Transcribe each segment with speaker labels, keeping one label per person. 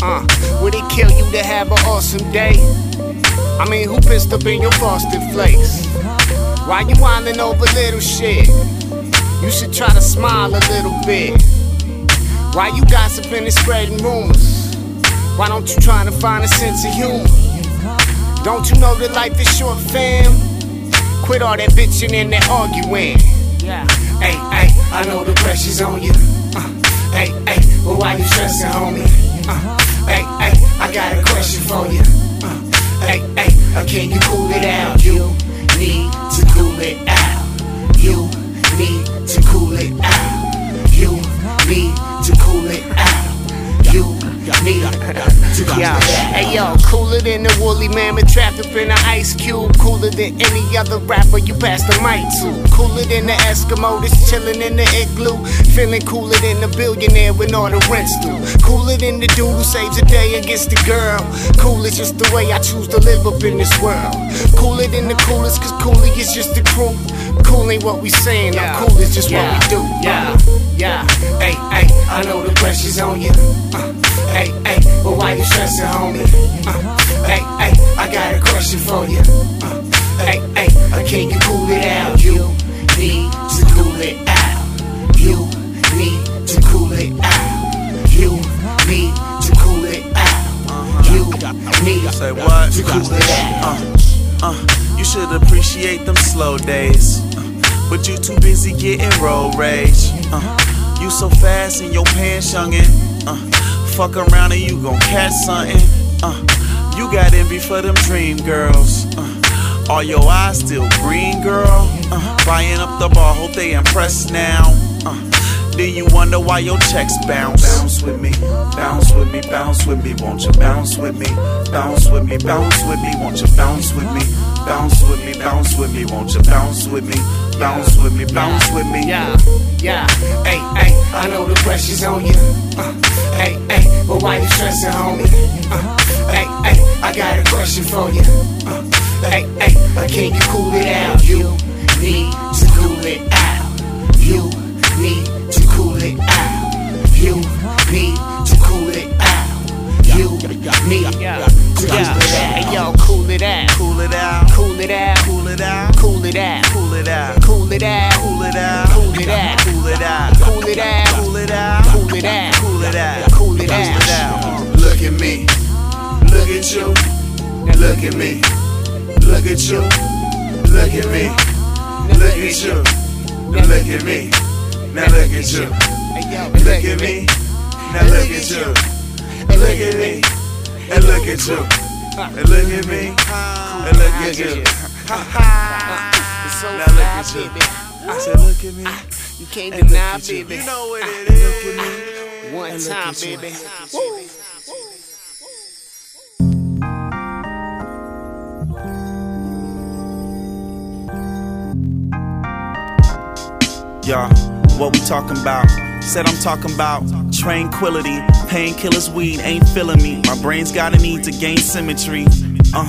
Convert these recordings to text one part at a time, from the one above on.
Speaker 1: uh, to have an awesome day. I mean, who pissed up in your frosted flakes? Why you whining over little shit? You should try to smile a little bit. Why you gossiping and spreading rumors? Why don't you try to find a sense of humor? Don't you know that life is short, fam? Quit all that bitching and that arguing. Yeah. Hey, hey, I know the pressure's on you. Uh, hey, hey, but why you stressing, homie? Uh, hey, hey, I got a question for you. Uh, hey, hey, uh, can you cool it out? You need to cool it out. You need to cool it out. You need to cool it out. You need to cool it out. Hey yo, cooler than the woolly mammoth trapped up in an ice cube. Cooler than any other rapper you pass the mic to. Cooler than the Eskimo that's chilling in the igloo. Feeling cooler than the billionaire with all the rents due. Cooler than the dude who saves a day against the girl. Cool is just the way I choose to live up in this world. Cooler than the coolest, cause cooling is just the crew. Cool ain't what we saying, no cool is just what we do. Yeah, yeah. Hey, hey, I know the pressure's on you. Uh, hey, hey, but why you stressing, homie? Uh, hey, hey, I got a question for you. Uh, hey, hey, uh, can you cool it out? You need to cool it out. You need to cool it out. You need to cool it out. You need
Speaker 2: Say what?
Speaker 1: to cool it out.
Speaker 2: Uh, uh, you should appreciate them slow days. Uh, but you too busy getting road rage. Uh, you so fast in your pants, youngin'. Uh, fuck around and you gon' catch something. Uh, you got envy for them dream girls. Uh, are your eyes still green, girl? Uh, buying up the bar, hope they impressed now. Uh, then you wonder why your checks bounce. Bounce with me, bounce with me, bounce with me. Won't you bounce with me? Bounce with me, bounce with me. Won't you bounce with me? Bounce with me, bounce with me. Won't you bounce with me? Bounce with me, bounce with me.
Speaker 1: Yeah, yeah. Hey, hey, I know the pressure's on you. Uh, hey, hey, but why you stressing, homie? Uh, hey, hey, I got a question for you. Uh, hey, hey, uh, can you cool it out? You need to cool it out. You need to cool it out. You need to cool it out. You need to cool it out. Hey, yo, cool it out.
Speaker 2: Cool it out,
Speaker 1: Cool it out.
Speaker 2: cool it out,
Speaker 1: Cool it
Speaker 2: cool it
Speaker 1: out.
Speaker 2: out,
Speaker 1: Cool it out.
Speaker 2: cool it out,
Speaker 1: Cool
Speaker 2: cool
Speaker 1: it out.
Speaker 2: it out,
Speaker 1: Cool it out.
Speaker 2: cool it out,
Speaker 1: Cool it out.
Speaker 2: cool it out,
Speaker 1: Cool it out.
Speaker 2: Look at me, look at you, look at me, look at you, look at me, look at you, look at me, now look at you, look at me, now look at you, look at me, and look at you, and look at me, and look at you.
Speaker 1: So
Speaker 2: Now look at you. I said, look at me.
Speaker 1: You can't deny,
Speaker 2: at you.
Speaker 1: baby.
Speaker 2: You know what it is. Look at me.
Speaker 1: One
Speaker 2: And look
Speaker 1: time,
Speaker 2: at you.
Speaker 1: baby.
Speaker 2: Y'all, what we talking about? Said I'm talking about tranquility. Painkillers, weed ain't feeling me. My brain's got a need to gain symmetry. Uh,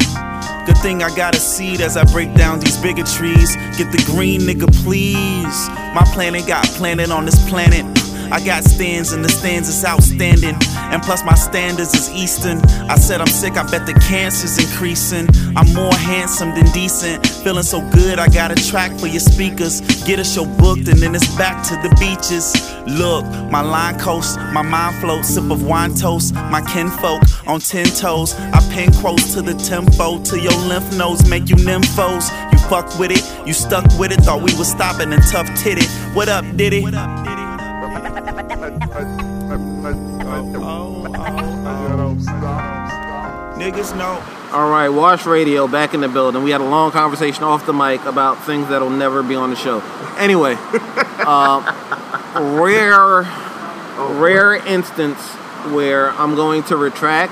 Speaker 2: good thing I got a seed as I break down these bigotries. Get the green, nigga, please. My planet got planted on this planet. I got stands and the stands is outstanding. And plus my standards is eastern. I said I'm sick, I bet the cancer's increasing. I'm more handsome than decent. Feeling so good, I got a track for your speakers. Get a show booked and then it's back to the beaches. Look, my line coast, my mind floats, sip of wine toast, my kinfolk on ten toes. I pen quotes to the tempo, to your lymph nodes, make you nymphos. You fuck with it, you stuck with it, thought we was stopping and tough titty. What up, Diddy? What up, Diddy? Niggas know.
Speaker 3: All right, Wash Radio back in the building. We had a long conversation off the mic about things that'll never be on the show. Anyway, uh, rare, rare instance where I'm going to retract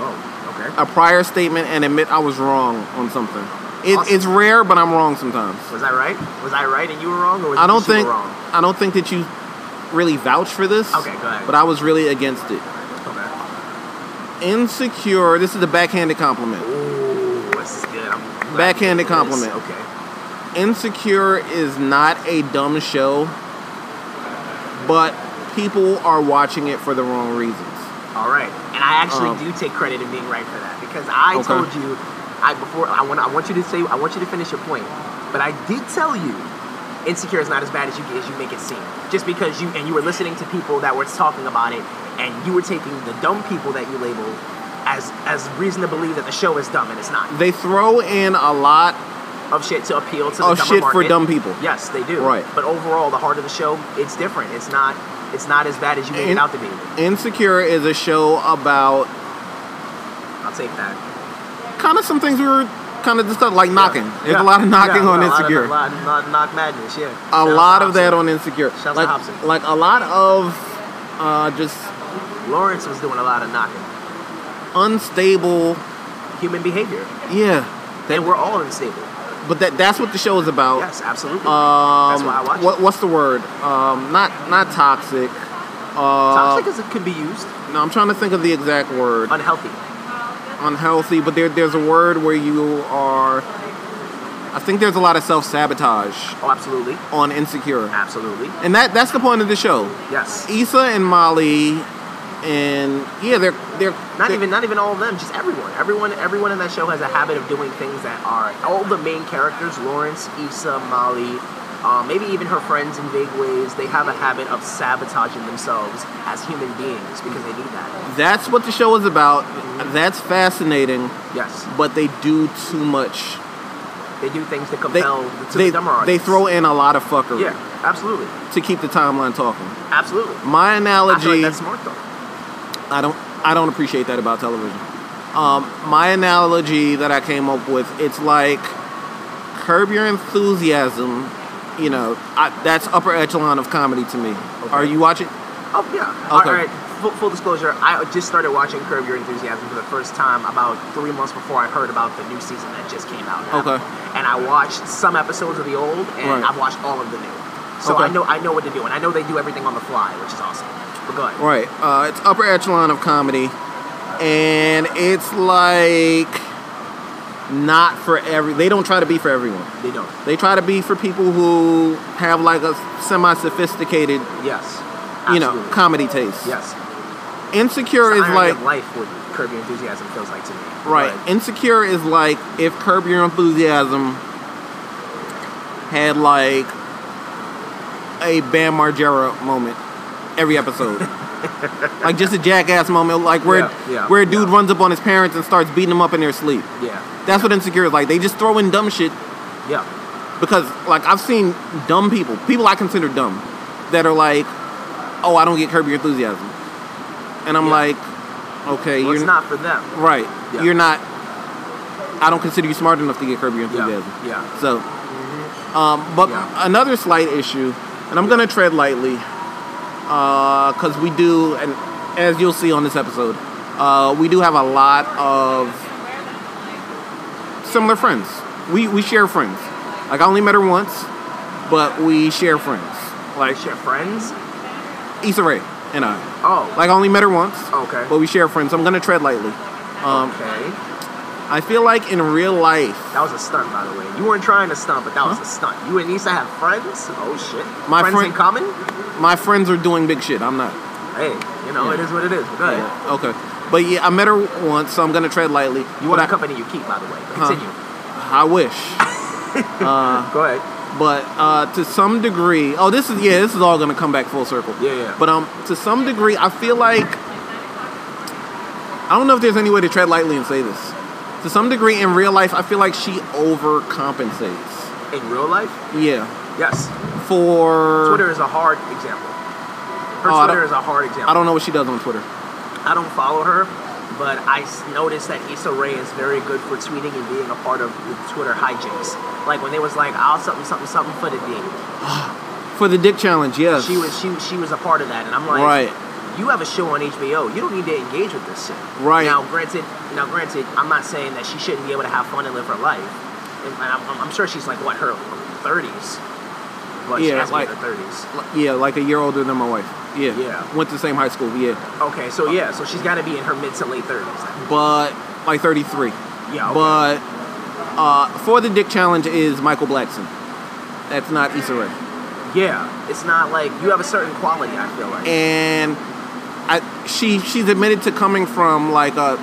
Speaker 4: Oh, okay.
Speaker 3: a prior statement and admit I was wrong on something. It,
Speaker 4: Awesome.
Speaker 3: It's rare, but I'm wrong sometimes.
Speaker 4: Was I right? Was I right and you were wrong, or was
Speaker 3: I
Speaker 4: it
Speaker 3: don't
Speaker 4: just you
Speaker 3: think
Speaker 4: were wrong?
Speaker 3: I don't think that you really vouch for this.
Speaker 4: Okay, go ahead.
Speaker 3: But I was really against it.
Speaker 4: Okay.
Speaker 3: Insecure. This is a backhanded compliment.
Speaker 4: Ooh, this is good. I'm glad
Speaker 3: Backhanded
Speaker 4: we did this.
Speaker 3: compliment.
Speaker 4: Okay.
Speaker 3: Insecure is not a dumb show, but people are watching it for the wrong reasons.
Speaker 4: All right, and I actually
Speaker 3: Um,
Speaker 4: do take credit in being right for that because I
Speaker 3: Okay.
Speaker 4: told you, I before I want I want you to say I want you to finish your point, but I did tell you, insecure is not as bad as you as you make it seem. Just because you and you were listening to people that were talking about it, and you were taking the dumb people that you labeled as as reason to believe that the show is dumb and it's not
Speaker 3: They throw in a lot.
Speaker 4: of shit to appeal to the
Speaker 3: Of
Speaker 4: dumber
Speaker 3: shit for
Speaker 4: market.
Speaker 3: dumb people.
Speaker 4: Yes, they do.
Speaker 3: Right.
Speaker 4: But overall, the heart of the show, it's different. It's not it's not as bad as you made
Speaker 3: In-
Speaker 4: it out to be.
Speaker 3: Insecure is a show about
Speaker 4: I'll take that.
Speaker 3: kind of some things we were kind of just like knocking. There's
Speaker 4: Yeah.
Speaker 3: a lot of knocking
Speaker 4: Yeah,
Speaker 3: on
Speaker 4: a lot of-
Speaker 3: Insecure.
Speaker 4: A lot, lot- knock madness. Yeah.
Speaker 3: a lot of that on Insecure.
Speaker 4: out to
Speaker 3: like,
Speaker 4: Hobson.
Speaker 3: like a lot of uh, just
Speaker 4: Lawrence was doing a lot of knocking.
Speaker 3: unstable.
Speaker 4: Human behavior.
Speaker 3: Yeah,
Speaker 4: And we're all unstable.
Speaker 3: but that that's what the show is about.
Speaker 4: Yes, absolutely.
Speaker 3: Oh. Um,
Speaker 4: That's why I watch.
Speaker 3: what, what's the word? Um, not not toxic. uh,
Speaker 4: Toxic as it can be used.
Speaker 3: No, I'm trying to think of the exact word.
Speaker 4: Unhealthy.
Speaker 3: Unhealthy, but there there's a word where you are. I think there's a lot of self sabotage
Speaker 4: Oh, absolutely.
Speaker 3: on Insecure,
Speaker 4: Absolutely.
Speaker 3: and that that's the point of the show.
Speaker 4: Yes.
Speaker 3: Issa and Molly, and yeah, they're they're
Speaker 4: Not
Speaker 3: they're-
Speaker 4: even not even all of them, just everyone. Everyone everyone in that show has a habit of doing things that are all the main characters, Lawrence, Issa, Molly, uh, maybe even her friends in vague ways, they have a habit of sabotaging themselves as human beings because they need that.
Speaker 3: That's what the show is about. That's fascinating,
Speaker 4: Yes.
Speaker 3: but they do too much.
Speaker 4: They do things to
Speaker 3: They
Speaker 4: compel to
Speaker 3: they,
Speaker 4: the dumber audience.
Speaker 3: they throw in a lot of fuckery
Speaker 4: Yeah, absolutely.
Speaker 3: to keep the timeline talking.
Speaker 4: Absolutely.
Speaker 3: My
Speaker 4: I feel like
Speaker 3: analogy,
Speaker 4: that's smart though.
Speaker 3: I don't I don't appreciate that about television. Um, my analogy that I came up with, it's like curb your enthusiasm. You know, I, that's upper echelon of comedy to me. Are you watching?
Speaker 4: Oh yeah. All
Speaker 3: Okay.
Speaker 4: right. Full, full disclosure, I just started watching Curb Your Enthusiasm for the first time about three months before I heard about the new season that just came out. now.
Speaker 3: Okay.
Speaker 4: And I watched some episodes of the old, and
Speaker 3: Right.
Speaker 4: I've watched all of the new. So
Speaker 3: Okay.
Speaker 4: I know I know what to do, and I know they do everything on the fly, which is awesome. But go ahead.
Speaker 3: Right. Uh, it's upper echelon of comedy, and it's like not for every. They don't try to be for everyone.
Speaker 4: They don't.
Speaker 3: They try to be for people who have like a semi-sophisticated,
Speaker 4: Yes.
Speaker 3: you
Speaker 4: Absolutely.
Speaker 3: know, comedy taste.
Speaker 4: Yes.
Speaker 3: Insecure
Speaker 4: It's
Speaker 3: is
Speaker 4: the irony
Speaker 3: like
Speaker 4: of life. What Curb Your Enthusiasm feels like to me.
Speaker 3: right.
Speaker 4: But
Speaker 3: Insecure is like if Curb Your Enthusiasm had like a Bam Margera moment every episode. like just a jackass moment, like where
Speaker 4: Yeah, yeah,
Speaker 3: where a dude
Speaker 4: yeah.
Speaker 3: runs up on his parents and starts beating them up in their sleep.
Speaker 4: yeah.
Speaker 3: That's what insecure is like. They just throw in dumb shit
Speaker 4: Yeah.
Speaker 3: because like I've seen dumb people, people I consider dumb, that are like, oh, I don't get Curb Your Enthusiasm, and I'm
Speaker 4: Yeah.
Speaker 3: like, okay,
Speaker 4: Well,
Speaker 3: you're
Speaker 4: it's not for them.
Speaker 3: right.
Speaker 4: Yeah.
Speaker 3: You're not. I don't consider you smart enough to get Curb Your Enthusiasm.
Speaker 4: Yeah. Yeah.
Speaker 3: So, um, but
Speaker 4: Yeah.
Speaker 3: another slight issue, and I'm gonna tread lightly, because we do, and as you'll see on this episode, uh, we do have a lot of similar friends. We we share friends. Like I only met her once, but we share friends.
Speaker 4: Like share friends.
Speaker 3: Issa Rae and I.
Speaker 4: Oh.
Speaker 3: Like I only met her once,
Speaker 4: Okay.
Speaker 3: but we share friends. I'm gonna tread lightly.
Speaker 4: okay.
Speaker 3: I feel like in real life.
Speaker 4: That was a stunt, by the way. You weren't trying to stunt, but that was a stunt. You and Issa have friends? Oh shit.
Speaker 3: My
Speaker 4: friends
Speaker 3: friend-
Speaker 4: in common?
Speaker 3: My friends are doing big shit. I'm not.
Speaker 4: Hey, you know, it
Speaker 3: Yeah.
Speaker 4: is what it is. But go ahead.
Speaker 3: Okay. But yeah, I met her once, so I'm gonna tread lightly.
Speaker 4: You
Speaker 3: But
Speaker 4: want
Speaker 3: I,
Speaker 4: a company you keep, by the way. But
Speaker 3: Huh.
Speaker 4: continue.
Speaker 3: I wish.
Speaker 4: Go ahead.
Speaker 3: But uh, to some degree, oh, this is yeah, this is all gonna come back full circle.
Speaker 4: Yeah, yeah.
Speaker 3: But um, to some degree, I feel like I don't know if there's any way to tread lightly and say this. To some degree, in real life, I feel like she overcompensates.
Speaker 4: In real life,
Speaker 3: Yeah.
Speaker 4: yes.
Speaker 3: For
Speaker 4: Twitter is a hard example. Her
Speaker 3: Oh, I
Speaker 4: Twitter
Speaker 3: don't-
Speaker 4: is a hard example.
Speaker 3: I don't know what she does on Twitter.
Speaker 4: I don't follow her, but I s- noticed that Issa Rae is very good for tweeting and being a part of the Twitter hijinks. Like when they was like, "I'll something something something for the day."
Speaker 3: For the dick challenge, yes.
Speaker 4: She was she she was a part of that, and I'm like,
Speaker 3: Right.
Speaker 4: You have a show on HBO. You don't need to engage with this shit.
Speaker 3: Right.
Speaker 4: Now, granted, now granted, I'm not saying that she shouldn't be able to have fun and live her life. And I'm, I'm- I'm sure she's like what her 30s. Well, she
Speaker 3: Yeah,
Speaker 4: has
Speaker 3: like-
Speaker 4: to be in her 30s.
Speaker 3: yeah, like a year older than my wife. Yeah.
Speaker 4: Yeah.
Speaker 3: Went to the same high school. Yeah.
Speaker 4: Okay, so yeah, so she's got to be in her mid to late 30s.
Speaker 3: but like 33.
Speaker 4: Yeah, okay.
Speaker 3: But uh, for the dick challenge is Michael Blackson. That's not Issa Rae.
Speaker 4: Yeah, it's not like you have a certain quality. I feel like.
Speaker 3: And I, she she's admitted to coming from like a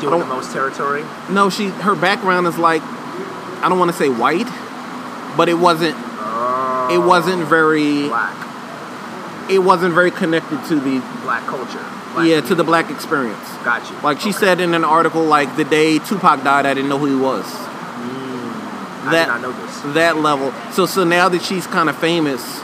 Speaker 4: doing the
Speaker 3: don't-
Speaker 4: most territory.
Speaker 3: no. She her background is like I don't want to say white, but it wasn't it wasn't very
Speaker 4: Black,
Speaker 3: it wasn't very connected to the
Speaker 4: black culture. Black
Speaker 3: yeah to the black experience.
Speaker 4: Got you.
Speaker 3: Like she said in an article, like the day Tupac died, I didn't know who he was.
Speaker 4: Mm. I
Speaker 3: that-
Speaker 4: did not know this.
Speaker 3: That level. So so now that she's kind of famous,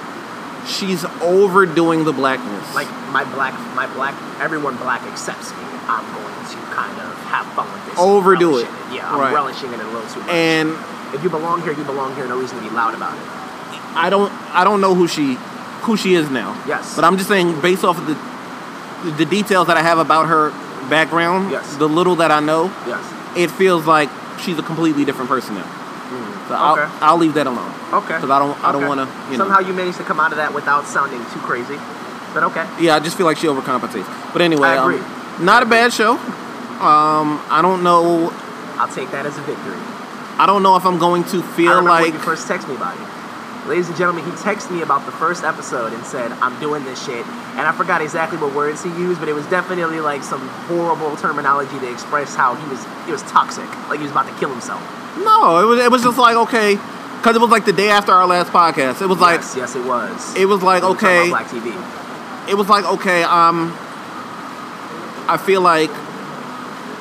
Speaker 3: she's overdoing the blackness.
Speaker 4: Like my black, my black, everyone black accepts me. I'm going to kind of have fun with this.
Speaker 3: Overdo
Speaker 4: relish
Speaker 3: it.
Speaker 4: in Yeah, I'm
Speaker 3: Right.
Speaker 4: relishing in it a little too much.
Speaker 3: and
Speaker 4: if you belong here, you belong here. No reason to be loud about it.
Speaker 3: I don't I don't know who she who she is now.
Speaker 4: Yes.
Speaker 3: But I'm just saying based off of the the details that I have about her background,
Speaker 4: Yes.
Speaker 3: the little that I know,
Speaker 4: Yes.
Speaker 3: it feels like she's a completely different person now. So
Speaker 4: Mm. okay.
Speaker 3: I'll, I'll leave that alone.
Speaker 4: Okay.
Speaker 3: Because I don't I don't
Speaker 4: Okay.
Speaker 3: want to. You know,
Speaker 4: Somehow you managed to come out of that without sounding too crazy, but okay.
Speaker 3: Yeah, I just feel like she overcompensates. But anyway,
Speaker 4: I
Speaker 3: um,
Speaker 4: agree.
Speaker 3: not a bad show. Um, I don't know.
Speaker 4: I'll take that as a victory.
Speaker 3: I don't know if I'm going to
Speaker 4: I
Speaker 3: feel
Speaker 4: remember
Speaker 3: like
Speaker 4: when you first text me about it. Ladies and gentlemen, he texted me about the first episode and said, "I'm doing this shit," and I forgot exactly what words he used, but it was definitely like some horrible terminology to express how he was he was toxic, like he was about to kill himself.
Speaker 3: no. It was it was just like okay, because it was like the day after our last podcast. It was like
Speaker 4: yes, yes, it was.
Speaker 3: it was like
Speaker 4: We were talking
Speaker 3: okay,
Speaker 4: about Black TV.
Speaker 3: it was like okay. Um, I feel like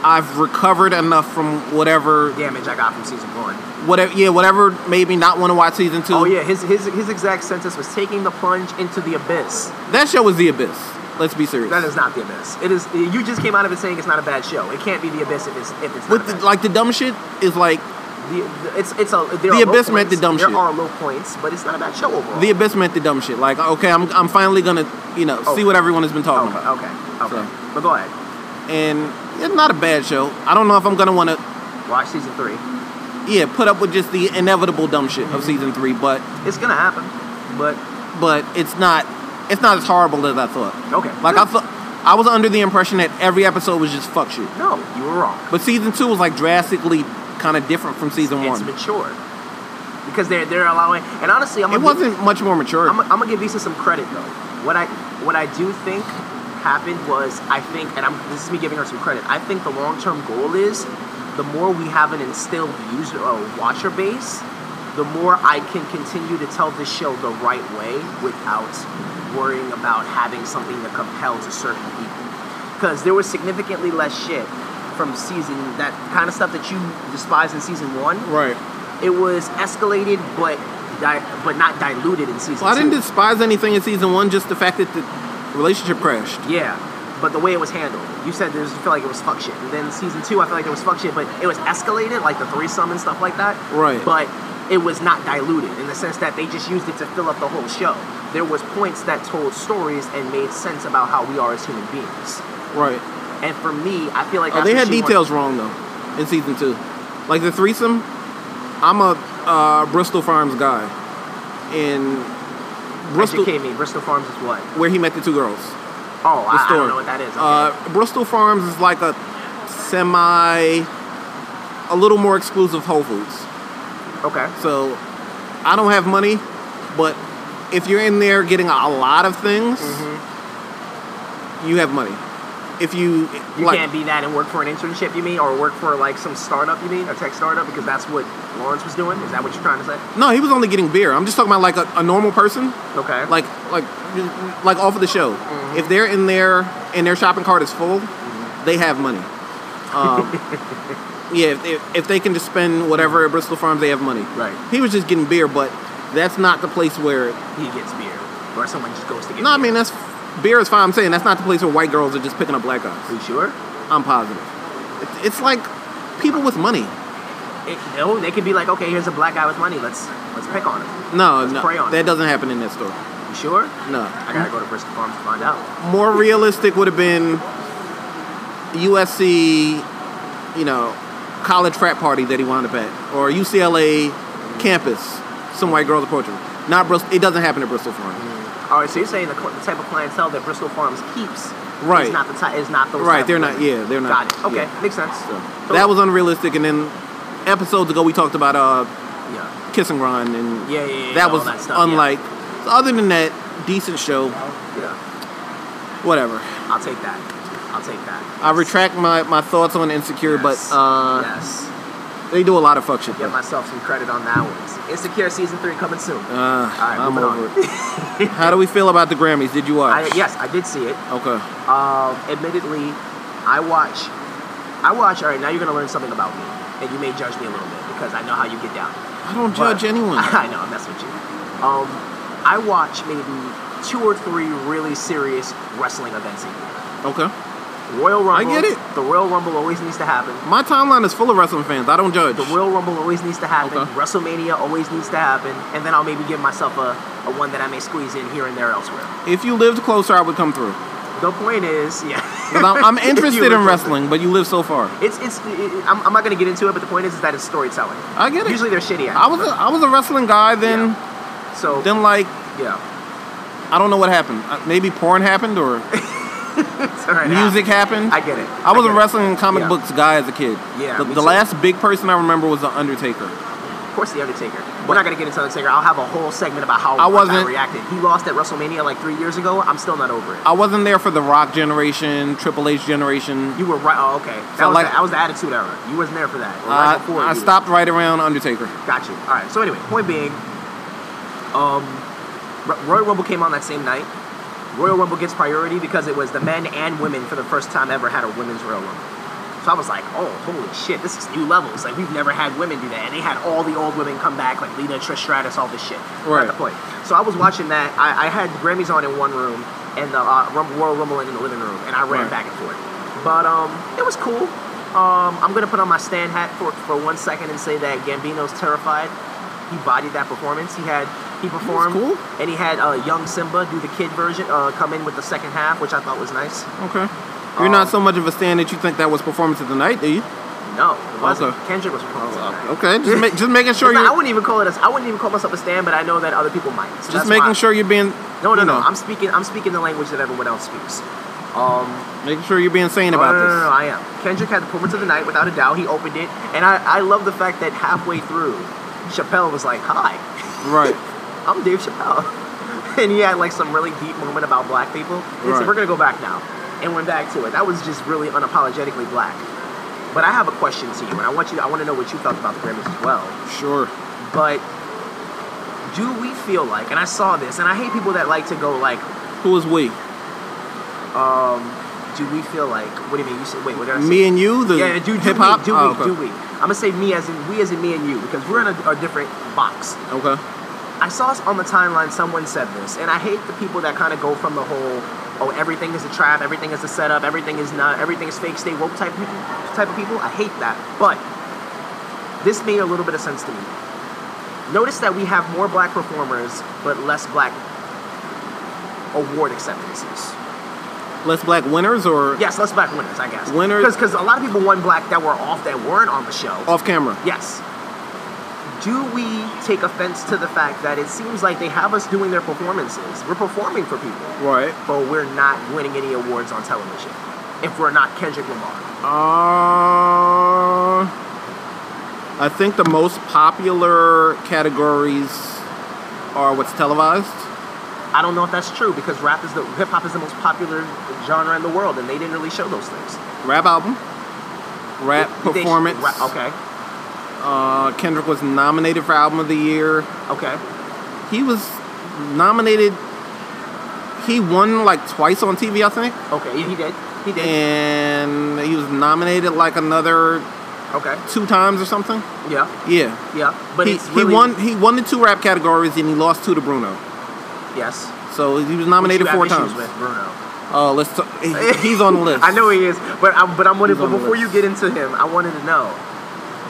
Speaker 3: I've recovered enough from whatever
Speaker 4: Damage I got from season one.
Speaker 3: whatever yeah whatever made me not want to watch season two.
Speaker 4: Oh yeah, his his his exact sentence was taking the plunge into the abyss.
Speaker 3: that show was the abyss. Let's be serious.
Speaker 4: That is not the abyss. It is. You just came out of it saying it's not a bad show. It can't be the abyss if it's if it's.
Speaker 3: With
Speaker 4: not a bad
Speaker 3: the, like the dumb shit is like
Speaker 4: The, the, it's it's a there
Speaker 3: The
Speaker 4: are low
Speaker 3: Abyss meant
Speaker 4: points.
Speaker 3: the dumb
Speaker 4: there
Speaker 3: shit.
Speaker 4: are low points, but it's not a bad show overall.
Speaker 3: The abyss meant the dumb shit. Like, okay, I'm, I'm finally gonna, you know,
Speaker 4: Oh.
Speaker 3: see what everyone has been talking
Speaker 4: okay,
Speaker 3: about.
Speaker 4: okay, okay.
Speaker 3: So-
Speaker 4: But go ahead,
Speaker 3: And it's not a bad show. I don't know if I'm gonna wanna,
Speaker 4: watch season three.
Speaker 3: yeah, put up with just the inevitable dumb shit of season three, but,
Speaker 4: It's gonna happen, but
Speaker 3: but it's not, it's not as horrible as I thought.
Speaker 4: okay.
Speaker 3: Like, I thought, I was under the impression that every episode was just fuck shit.
Speaker 4: no, you were wrong.
Speaker 3: But season two was like drastically kind of different from season
Speaker 4: It's
Speaker 3: one.
Speaker 4: mature because they're they're allowing. And honestly, I'm
Speaker 3: It
Speaker 4: gonna
Speaker 3: wasn't much more mature.
Speaker 4: I'm, I'm gonna give Visa some credit though. What I what I do think happened was I think, and I'm this is me giving her some credit. I think the long term goal is the more we have an instilled user or watcher base, the more I can continue to tell this show the right way without worrying about having something to compel to certain people. Because there was significantly less shit from season that kind of stuff that you despised in season one.
Speaker 3: right.
Speaker 4: It was escalated, but di- but not diluted in season.
Speaker 3: Well, I didn't
Speaker 4: two.
Speaker 3: despise anything in season one, just the fact that the relationship crashed.
Speaker 4: Yeah, but the way it was handled, you said there's you feel like it was fuck shit. And then season two, I feel like it was fuck shit, but it was escalated, like the threesome and stuff like that.
Speaker 3: Right.
Speaker 4: But it was not diluted in the sense that they just used it to fill up the whole show. There was points that told stories and made sense about how we are as human beings.
Speaker 3: Right.
Speaker 4: And for me, I feel like
Speaker 3: Oh, they
Speaker 4: after
Speaker 3: had
Speaker 4: she won-
Speaker 3: details wrong though in season two, like the threesome. I'm a uh, Bristol Farms guy, and Bristol,
Speaker 4: educate me. Bristol Farms is what?
Speaker 3: where he met the two girls.
Speaker 4: Oh,
Speaker 3: The
Speaker 4: I, I
Speaker 3: story.
Speaker 4: don't know what that is. Okay.
Speaker 3: Uh, Bristol Farms is like a semi, a little more exclusive Whole Foods.
Speaker 4: okay.
Speaker 3: So I don't have money, but if you're in there getting a lot of things, you have money. If you
Speaker 4: Mm-hmm. You
Speaker 3: like,
Speaker 4: can't be that and work for an internship, you mean, or work for like some startup, you mean, a tech startup, because that's what Lawrence was doing. Is that what you're trying to say?
Speaker 3: no, he was only getting beer. I'm just talking about like a, a normal person.
Speaker 4: Okay.
Speaker 3: like like like off of the show. If they're in there and their shopping cart is full, they have money. Um, yeah, if, if, if they can just spend whatever at Bristol Farms, they have money.
Speaker 4: Right.
Speaker 3: He was just getting beer, but that's not the place where.
Speaker 4: he gets beer, or someone just goes to get.
Speaker 3: No, I
Speaker 4: beer.
Speaker 3: mean that's beer is fine. I'm saying that's not the place where white girls are just picking up black guys.
Speaker 4: Are you sure?
Speaker 3: I'm positive. It's, it's like people with money.
Speaker 4: It, no, they could be like, okay, here's a black guy with money. Let's let's pick on him.
Speaker 3: No, no,
Speaker 4: prey on
Speaker 3: that
Speaker 4: it.
Speaker 3: doesn't happen in that store.
Speaker 4: You sure?
Speaker 3: No.
Speaker 4: I gotta go to Bristol Farms to find out.
Speaker 3: more realistic would have been USC, you know, college frat party that he wound up at, or UCLA campus. Some white girls approaching. him. Not Bristol. It doesn't happen at Bristol for
Speaker 4: Mm-hmm.
Speaker 3: him.
Speaker 4: All right, so you're saying the, cl- the type of clientele that Bristol Farms keeps
Speaker 3: Right.
Speaker 4: is not the type is not those.
Speaker 3: Right?
Speaker 4: type
Speaker 3: They're
Speaker 4: of
Speaker 3: not.
Speaker 4: women.
Speaker 3: Yeah, they're not.
Speaker 4: Got it. Okay,
Speaker 3: yeah.
Speaker 4: makes sense.
Speaker 3: So, that was unrealistic. And then episodes ago, we talked about uh,
Speaker 4: yeah.
Speaker 3: kiss and grind, and
Speaker 4: Yeah, yeah, yeah,
Speaker 3: that
Speaker 4: all
Speaker 3: was
Speaker 4: that stuff, yeah.
Speaker 3: unlike. So other than that, decent show.
Speaker 4: Yeah.
Speaker 3: Whatever.
Speaker 4: I I'll take that. I'll take that.
Speaker 3: I retract my, my thoughts on Insecure,
Speaker 4: Yes.
Speaker 3: but uh,
Speaker 4: yes.
Speaker 3: they do a lot of fuck shit.
Speaker 4: Give
Speaker 3: though.
Speaker 4: myself some credit on that one. Insecure season three coming soon.
Speaker 3: Uh,
Speaker 4: All right,
Speaker 3: I'm
Speaker 4: moving
Speaker 3: over
Speaker 4: on.
Speaker 3: it. How do we feel about the Grammys? Did you watch?
Speaker 4: I, yes, I did see it.
Speaker 3: Okay.
Speaker 4: Um, admittedly, I watch. I watch. All right, now you're gonna learn something about me, and you may judge me a little bit because I know how you get down.
Speaker 3: I don't
Speaker 4: But-
Speaker 3: judge anyone.
Speaker 4: I know I'm messing with you. Um, I watch maybe two or three really serious wrestling events a year.
Speaker 3: Okay.
Speaker 4: Royal Rumble.
Speaker 3: get it.
Speaker 4: The Royal Rumble always needs to happen.
Speaker 3: My timeline is full of wrestling fans. I don't judge.
Speaker 4: The Royal Rumble always needs to happen.
Speaker 3: Okay.
Speaker 4: WrestleMania always needs to happen, and then I'll maybe give myself a, a one that I may squeeze in here and there elsewhere.
Speaker 3: if you lived closer, I would come through.
Speaker 4: The point is, yeah,
Speaker 3: 'Cause I'm, I'm interested in
Speaker 4: were-
Speaker 3: wrestling, but you live so far.
Speaker 4: it's it's. It, I'm, I'm not gonna get into it, but the point is, is that it's storytelling.
Speaker 3: I get it.
Speaker 4: Usually they're shitty.
Speaker 3: I
Speaker 4: Actors,
Speaker 3: was a, I was a wrestling guy then.
Speaker 4: so
Speaker 3: Then like
Speaker 4: yeah.
Speaker 3: I don't know what happened. Uh, Maybe porn happened or
Speaker 4: It's all right.
Speaker 3: music happened.
Speaker 4: I get it.
Speaker 3: I was
Speaker 4: get
Speaker 3: a
Speaker 4: it.
Speaker 3: wrestling and comic
Speaker 4: Yeah.
Speaker 3: books guy as a kid.
Speaker 4: Yeah,
Speaker 3: The,
Speaker 4: me
Speaker 3: the
Speaker 4: too.
Speaker 3: last big person I remember was the Undertaker.
Speaker 4: Of course, the Undertaker. We're not gonna get into Undertaker. I'll have a whole segment about how
Speaker 3: I wasn't-
Speaker 4: reacted. He lost at WrestleMania like three years ago. I'm still not over it.
Speaker 3: I wasn't there for the Rock generation, Triple H generation.
Speaker 4: you were right. Oh, okay. That
Speaker 3: So,
Speaker 4: was
Speaker 3: like-
Speaker 4: the, that was the Attitude Era. You wasn't there for that. Or right
Speaker 3: I,
Speaker 4: before
Speaker 3: I
Speaker 4: you.
Speaker 3: stopped right around Undertaker.
Speaker 4: Got you. All right. So anyway, point being, um, R- Royal Rumble came on that same night. Royal Rumble gets priority because it was the men and women for the first time ever had a women's Royal Rumble. So I was like, oh, holy shit, this is new levels. Like we've never had women do that, and they had all the old women come back, like Lita, Trish Stratus, all this shit. Not
Speaker 3: Right.
Speaker 4: the point. So I was watching that. I, I had the Grammys on in one room and the uh, Rumble, Royal Rumble in the living room, and I ran
Speaker 3: Right.
Speaker 4: back and forth. But um, it was cool. Um, I'm gonna put on my Stan hat for for one second and say that Gambino's terrified. He bodied that performance. He had he performed,
Speaker 3: cool.
Speaker 4: and he had uh, young Simba do the kid version uh, come in with the second half, which I thought was nice.
Speaker 3: Okay. You're
Speaker 4: Um,
Speaker 3: not so much of a stand that you think that was performance of the night, do you?
Speaker 4: No, it wasn't.
Speaker 3: Okay.
Speaker 4: Kendrick was performing. that.
Speaker 3: Okay. Just, ma- just making sure
Speaker 4: It's not- I
Speaker 3: you're
Speaker 4: wouldn't even call it a. I wouldn't even call myself a stan, but I know that other people might. So
Speaker 3: just
Speaker 4: that's
Speaker 3: making
Speaker 4: why-
Speaker 3: sure you're being
Speaker 4: No, no,
Speaker 3: you
Speaker 4: no.
Speaker 3: know,
Speaker 4: I'm speaking. I'm speaking the language that everyone else speaks.
Speaker 3: making sure you're being sane about
Speaker 4: no, no,
Speaker 3: this.
Speaker 4: No, no, I am. Kendrick had the performance of the night without a doubt. He opened it, and I, I love the fact that halfway through, Chappelle was like, "Hi,
Speaker 3: Right.
Speaker 4: I'm Dave Chappelle," and he had like some really deep moment about black people. And
Speaker 3: Right.
Speaker 4: so we're gonna go back now, and went back to it. That was just really unapologetically black. But I have a question to you, and I want you. I want to know what you felt about the Grammys as well.
Speaker 3: Sure.
Speaker 4: But do we feel like, and I saw this, and I hate people that like to go like,
Speaker 3: Who is we?
Speaker 4: do we feel like? What do you mean? You said, wait, what did I say?
Speaker 3: Me and you, the
Speaker 4: yeah, do, do
Speaker 3: hip hop.
Speaker 4: we, do
Speaker 3: Oh,
Speaker 4: we, do we? I'm gonna say me as in we as in me and you because we're in a, a different box.
Speaker 3: okay. okay.
Speaker 4: I saw on the timeline someone said this, and I hate the people that kind of go from the whole, oh, everything is a trap, everything is a setup, everything is not, everything is fake, stay woke type people, type of people. I hate that. But this made a little bit of sense to me. Notice that we have more black performers, but less black award acceptances.
Speaker 3: Less black winners or
Speaker 4: Yes, less black winners, I guess.
Speaker 3: Winners-
Speaker 4: because a lot of people won black that were off that weren't on the show.
Speaker 3: off camera?
Speaker 4: Yes. Do we take offense to the fact that it seems like they have us doing their performances? We're performing for people,
Speaker 3: Right.
Speaker 4: but we're not winning any awards on television if we're not Kendrick Lamar.
Speaker 3: Uh, I think the most popular categories are what's televised.
Speaker 4: I don't know if that's true because rap is the hip hop is the most popular genre in the world, and they didn't really show those things.
Speaker 3: Rap album. Rap
Speaker 4: They- they-
Speaker 3: performance.
Speaker 4: ra- okay.
Speaker 3: Uh, Kendrick was nominated for album of the year.
Speaker 4: Okay.
Speaker 3: He was nominated. He won like twice on TV, I think,
Speaker 4: Okay. Yeah, he did. He did.
Speaker 3: and he was nominated like another
Speaker 4: okay.
Speaker 3: two times or something.
Speaker 4: Yeah.
Speaker 3: Yeah.
Speaker 4: Yeah. But
Speaker 3: he,
Speaker 4: it's really
Speaker 3: he won. He won the two rap categories, and he lost two to Bruno.
Speaker 4: Yes.
Speaker 3: So he was
Speaker 4: Which
Speaker 3: nominated
Speaker 4: you have
Speaker 3: four
Speaker 4: issues
Speaker 3: times.
Speaker 4: with Bruno.
Speaker 3: Oh, let's. T- he- he's on the list.
Speaker 4: I know he is, but I'm, but I'm wondering.
Speaker 3: He's on
Speaker 4: But
Speaker 3: the
Speaker 4: before
Speaker 3: list.
Speaker 4: you get into him, I wanted to know: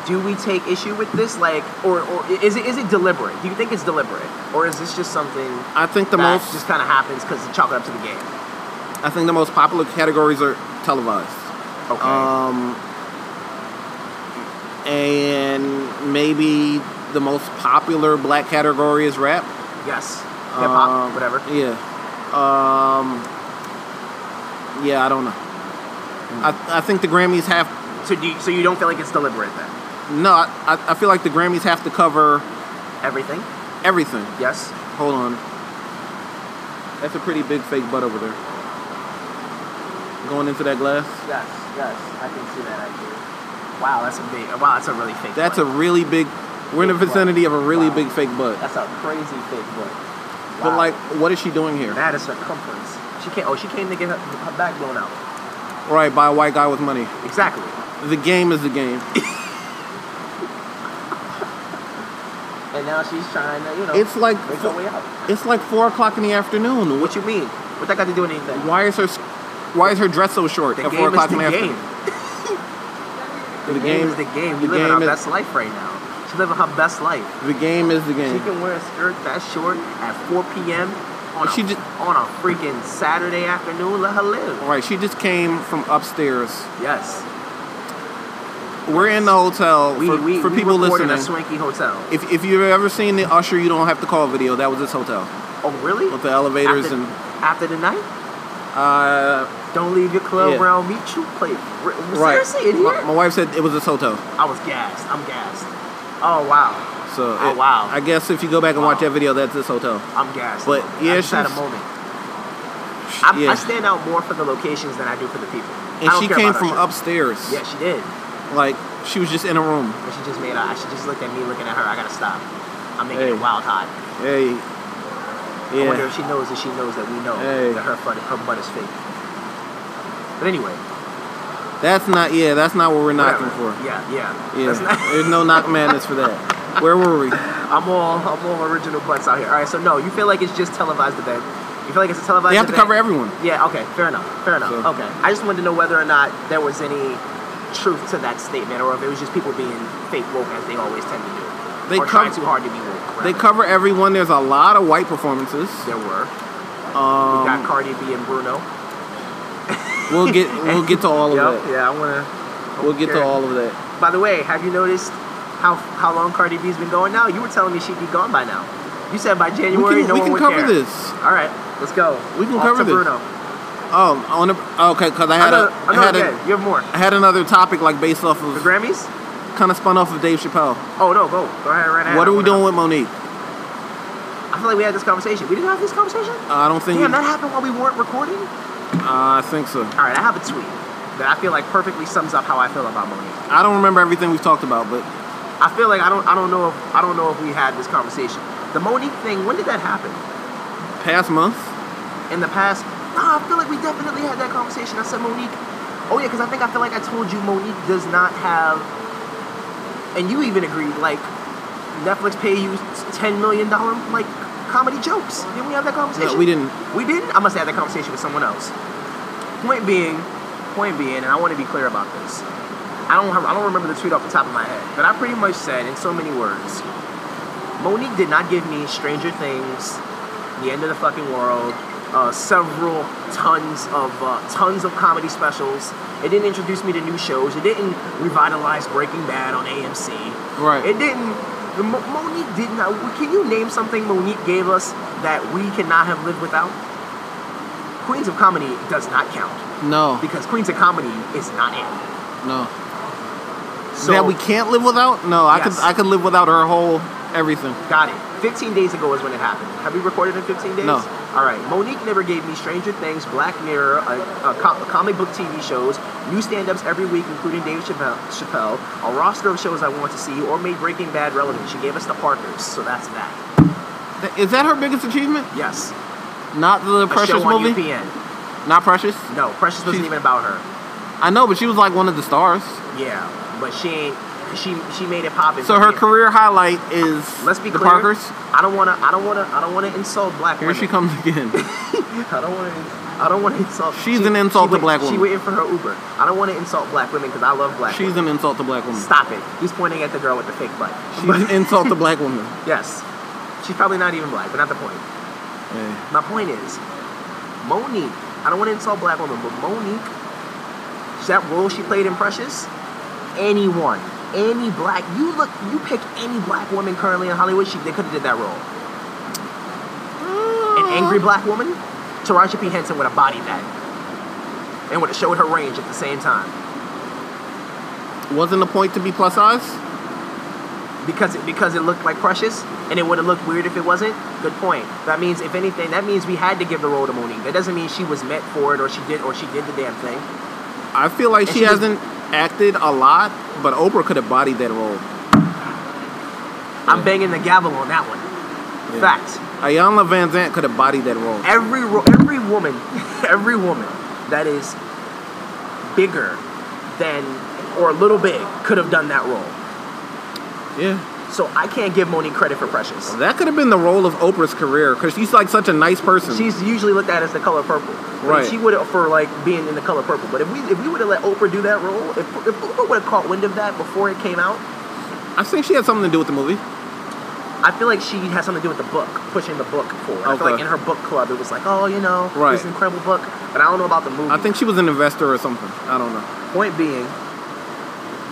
Speaker 4: Do we take issue with this, like, or, or is it is it deliberate? Do you think it's deliberate, or is this just something
Speaker 3: I think the
Speaker 4: that
Speaker 3: most.
Speaker 4: just kind of happens because you chalk it up to the game?
Speaker 3: I think the most popular categories are televised,
Speaker 4: Okay.
Speaker 3: um, and maybe the most popular black category is rap.
Speaker 4: yes. Hip hop,
Speaker 3: Um,
Speaker 4: whatever.
Speaker 3: Yeah. Um. Yeah, I don't know.
Speaker 4: Hmm.
Speaker 3: I, I think the Grammys have
Speaker 4: So do you, so you don't feel like it's deliberate then?
Speaker 3: no. I, I feel like the Grammys have to cover
Speaker 4: Everything.
Speaker 3: everything.
Speaker 4: Yes.
Speaker 3: Hold on. That's a pretty big fake butt over there. going into that glass.
Speaker 4: Yes, yes, I can see that actually. Wow, that's a big. Wow, that's a really fake.
Speaker 3: That's a
Speaker 4: butt.
Speaker 3: really big. We're in the
Speaker 4: Big butt.
Speaker 3: vicinity of a really
Speaker 4: Wow.
Speaker 3: big fake butt.
Speaker 4: That's a crazy fake butt. Wow.
Speaker 3: But like, what is she doing here?
Speaker 4: that is circumference. She can't. Oh, she came to get her, her back blown out.
Speaker 3: Right by a white guy with money.
Speaker 4: Exactly.
Speaker 3: The game is the game.
Speaker 4: And now she's trying to, you know,
Speaker 3: It's like
Speaker 4: make her way out.
Speaker 3: it's like four o'clock in the afternoon.
Speaker 4: What you mean? What that got to do with anything?
Speaker 3: Why is her s- why is her dress so short
Speaker 4: The
Speaker 3: at four
Speaker 4: game is
Speaker 3: o'clock in the
Speaker 4: the
Speaker 3: afternoon?
Speaker 4: game.
Speaker 3: The,
Speaker 4: The game is the game. We
Speaker 3: the
Speaker 4: living
Speaker 3: game
Speaker 4: our
Speaker 3: is-
Speaker 4: best life right now. She's living her best life.
Speaker 3: the game is the
Speaker 4: She
Speaker 3: game.
Speaker 4: can wear a skirt that short at 4 p.m. on a,
Speaker 3: She just-
Speaker 4: on a freaking Saturday afternoon. Let her live.
Speaker 3: Right, she just came from upstairs.
Speaker 4: Yes.
Speaker 3: We're in the hotel
Speaker 4: We,
Speaker 3: for,
Speaker 4: we,
Speaker 3: for
Speaker 4: we
Speaker 3: people
Speaker 4: record
Speaker 3: listening.
Speaker 4: in a swanky hotel.
Speaker 3: If, if you've ever seen the Usher, you don't have to call video. That was this hotel
Speaker 4: Oh, really?
Speaker 3: with the elevators
Speaker 4: after,
Speaker 3: and
Speaker 4: after the night?
Speaker 3: uh,
Speaker 4: Don't leave your club
Speaker 3: Yeah.
Speaker 4: where I'll meet you. Play. re-
Speaker 3: right.
Speaker 4: Seriously, in here?
Speaker 3: My, my wife said it was this hotel.
Speaker 4: I was gassed. I'm gassed. Oh, wow.
Speaker 3: So
Speaker 4: Oh,
Speaker 3: it-
Speaker 4: wow.
Speaker 3: I guess if you go back and watch
Speaker 4: Wow.
Speaker 3: that video, that's this hotel.
Speaker 4: I'm gassed.
Speaker 3: But, yeah,
Speaker 4: I just had a
Speaker 3: she's-
Speaker 4: moment. I'm,
Speaker 3: yeah.
Speaker 4: I stand out more for the locations than I do for the people.
Speaker 3: and
Speaker 4: I don't
Speaker 3: she
Speaker 4: care
Speaker 3: came
Speaker 4: about her
Speaker 3: from
Speaker 4: shirt.
Speaker 3: upstairs.
Speaker 4: Yeah, she did.
Speaker 3: Like she was just in a room.
Speaker 4: But she just made out. She just looked at me looking at her. I gotta stop. I'm making
Speaker 3: Hey.
Speaker 4: it wild hot.
Speaker 3: Hey.
Speaker 4: I wonder
Speaker 3: Yeah.
Speaker 4: if she knows that she knows that we know
Speaker 3: Hey.
Speaker 4: that her butt, her butt is fake. But anyway,
Speaker 3: That's not yeah, that's not what we're knocking
Speaker 4: whatever.
Speaker 3: for.
Speaker 4: Yeah, yeah.
Speaker 3: Yeah.
Speaker 4: That's not-
Speaker 3: There's no knock madness for that. Where were we?
Speaker 4: I'm all I'm all original butts out here. All right, so no, you feel like it's just televised event. You feel like it's a televised.
Speaker 3: They have to
Speaker 4: event?
Speaker 3: cover everyone.
Speaker 4: Yeah. Okay. Fair enough. Fair enough.
Speaker 3: So-
Speaker 4: Okay. I just wanted to know whether or not there was any truth to that statement, or if it was just people being fake woke as they always tend to do,
Speaker 3: They
Speaker 4: or
Speaker 3: cov-
Speaker 4: trying too hard to be woke.
Speaker 3: They
Speaker 4: rather.
Speaker 3: cover everyone. There's a lot of white performances.
Speaker 4: There were. we got
Speaker 3: Um,
Speaker 4: Cardi B and Bruno.
Speaker 3: we'll get we'll get to all of
Speaker 4: Yep,
Speaker 3: that.
Speaker 4: Yeah, I wanna.
Speaker 3: We'll get to
Speaker 4: Yeah.
Speaker 3: all of that.
Speaker 4: By the way, have you noticed how how long Cardi B's been going now? You were telling me she'd be gone by now. You said by
Speaker 3: We
Speaker 4: January.
Speaker 3: can,
Speaker 4: no
Speaker 3: we
Speaker 4: one
Speaker 3: can
Speaker 4: would
Speaker 3: cover
Speaker 4: care.
Speaker 3: this.
Speaker 4: All right, let's go.
Speaker 3: We can
Speaker 4: Off
Speaker 3: cover
Speaker 4: to
Speaker 3: this.
Speaker 4: Bruno.
Speaker 3: Oh, on a, okay, because I had a,
Speaker 4: Another,
Speaker 3: I had
Speaker 4: another
Speaker 3: a,
Speaker 4: day. You have more.
Speaker 3: I had another topic like based off
Speaker 4: The
Speaker 3: of
Speaker 4: Grammys?
Speaker 3: kind of spun off of Dave Chappelle.
Speaker 4: Oh no, go. Go ahead, right ahead.
Speaker 3: What are we
Speaker 4: I wanna-
Speaker 3: doing with Monique?
Speaker 4: I feel like we had this conversation. We didn't have this conversation.
Speaker 3: I don't think.
Speaker 4: Damn, that happened while we weren't recording.
Speaker 3: I think so.
Speaker 4: All right, I have a tweet that I feel like perfectly sums up how I feel about Monique.
Speaker 3: I don't remember everything we've talked about, but
Speaker 4: I feel like I don't I don't know if I don't know if we had this conversation. The Monique thing, when did that happen?
Speaker 3: past month,
Speaker 4: In the past? Nah, I feel like we definitely had that conversation. I said Monique. Oh yeah, because I think I feel like I told you Monique does not have and you even agreed, like Netflix pay you ten million dollar like comedy jokes. Didn't we have that conversation?
Speaker 3: no, we didn't.
Speaker 4: We didn't? I must have had that conversation with someone else. Point being, point being, and I want to be clear about this. I don't have, I don't remember the tweet off the top of my head, but I pretty much said in so many words, Monique did not give me Stranger Things, The End of the Fucking World, uh, several tons of uh, tons of comedy specials. It didn't introduce me to new shows. It didn't revitalize Breaking Bad on AMC.
Speaker 3: Right.
Speaker 4: It didn't. the Mo- Monique did not. Can you name something Monique gave us that we cannot have lived without? Queens of Comedy does not count
Speaker 3: no,
Speaker 4: because Queens of Comedy is not it.
Speaker 3: no.
Speaker 4: So
Speaker 3: that we can't live without? No, I
Speaker 4: Yes.
Speaker 3: could. I could live without her whole everything.
Speaker 4: got it. 15 days ago is when it happened. Have we recorded in 15 days?
Speaker 3: No.
Speaker 4: All right. Monique never gave me Stranger Things, Black Mirror, a, a co- comic book TV shows, new stand-ups every week, including Dave Chappelle, Chappelle, a roster of shows I want to see, or made Breaking Bad relevant. She gave us the Parkers, so that's that.
Speaker 3: Th- Is that her biggest achievement?
Speaker 4: Yes.
Speaker 3: Not the
Speaker 4: A
Speaker 3: Precious
Speaker 4: show on
Speaker 3: movie.
Speaker 4: UPN.
Speaker 3: Not Precious.
Speaker 4: No, Precious wasn't
Speaker 3: She's-
Speaker 4: even about her.
Speaker 3: I know, but she was like one of the stars.
Speaker 4: Yeah, but she ain't. She she made it pop. in-
Speaker 3: So her
Speaker 4: yeah.
Speaker 3: career highlight is
Speaker 4: Let's be
Speaker 3: the
Speaker 4: clear.
Speaker 3: Parkers.
Speaker 4: I don't wanna. I don't wanna. I don't wanna insult black
Speaker 3: Here
Speaker 4: women.
Speaker 3: she comes again.
Speaker 4: I don't wanna. I don't wanna insult.
Speaker 3: She's an insult to
Speaker 4: wait-
Speaker 3: black
Speaker 4: She
Speaker 3: women.
Speaker 4: waiting for her Uber. I don't wanna insult black women because I love black.
Speaker 3: She's
Speaker 4: women.
Speaker 3: an insult to black women.
Speaker 4: Stop it. He's pointing at the girl with the fake butt.
Speaker 3: She's an insult to black women.
Speaker 4: yes, she's probably not even black, but not the point.
Speaker 3: Hey.
Speaker 4: My point is, Monique. I don't want to insult black women, but Monique, that role she played in Precious, anyone, any black, you look, you pick any black woman currently in Hollywood, she, they could have did that role. An angry black woman, Taraji P Henson would have bodied that, and would have showed her range at the same time.
Speaker 3: Wasn't the point to be plus size?
Speaker 4: because it, because it looked like Precious, and it would have looked weird if it wasn't. Good point. That means if anything, that means we had to give the role to Monique. That doesn't mean she was meant for it or she did or she did the damn thing.
Speaker 3: I feel like she
Speaker 4: she was-
Speaker 3: hasn't acted a lot, but Oprah could have bodied that role.
Speaker 4: I'm banging the gavel on that one. Facts.
Speaker 3: Ayanna Van Zant could have bodied that role.
Speaker 4: every ro- every woman, every woman that is bigger than or a little big could have done that role.
Speaker 3: Yeah,
Speaker 4: So I can't give Monique credit for Precious.
Speaker 3: that could have been the role of Oprah's career because she's like such a nice person.
Speaker 4: She's usually looked at as the color purple. But
Speaker 3: Right.
Speaker 4: She would have for like being in the color purple. But if we if we would have let Oprah do that role, if, if Oprah would have caught wind of that before it came out,
Speaker 3: I think she had something to do with the movie.
Speaker 4: I feel like she had something to do with the book, pushing the book forward. I feel
Speaker 3: Okay.
Speaker 4: like in her book club, it was like, oh, you know,
Speaker 3: Right.
Speaker 4: this incredible book. But I don't know about the movie.
Speaker 3: I think she was an investor or something. I don't know.
Speaker 4: Point being,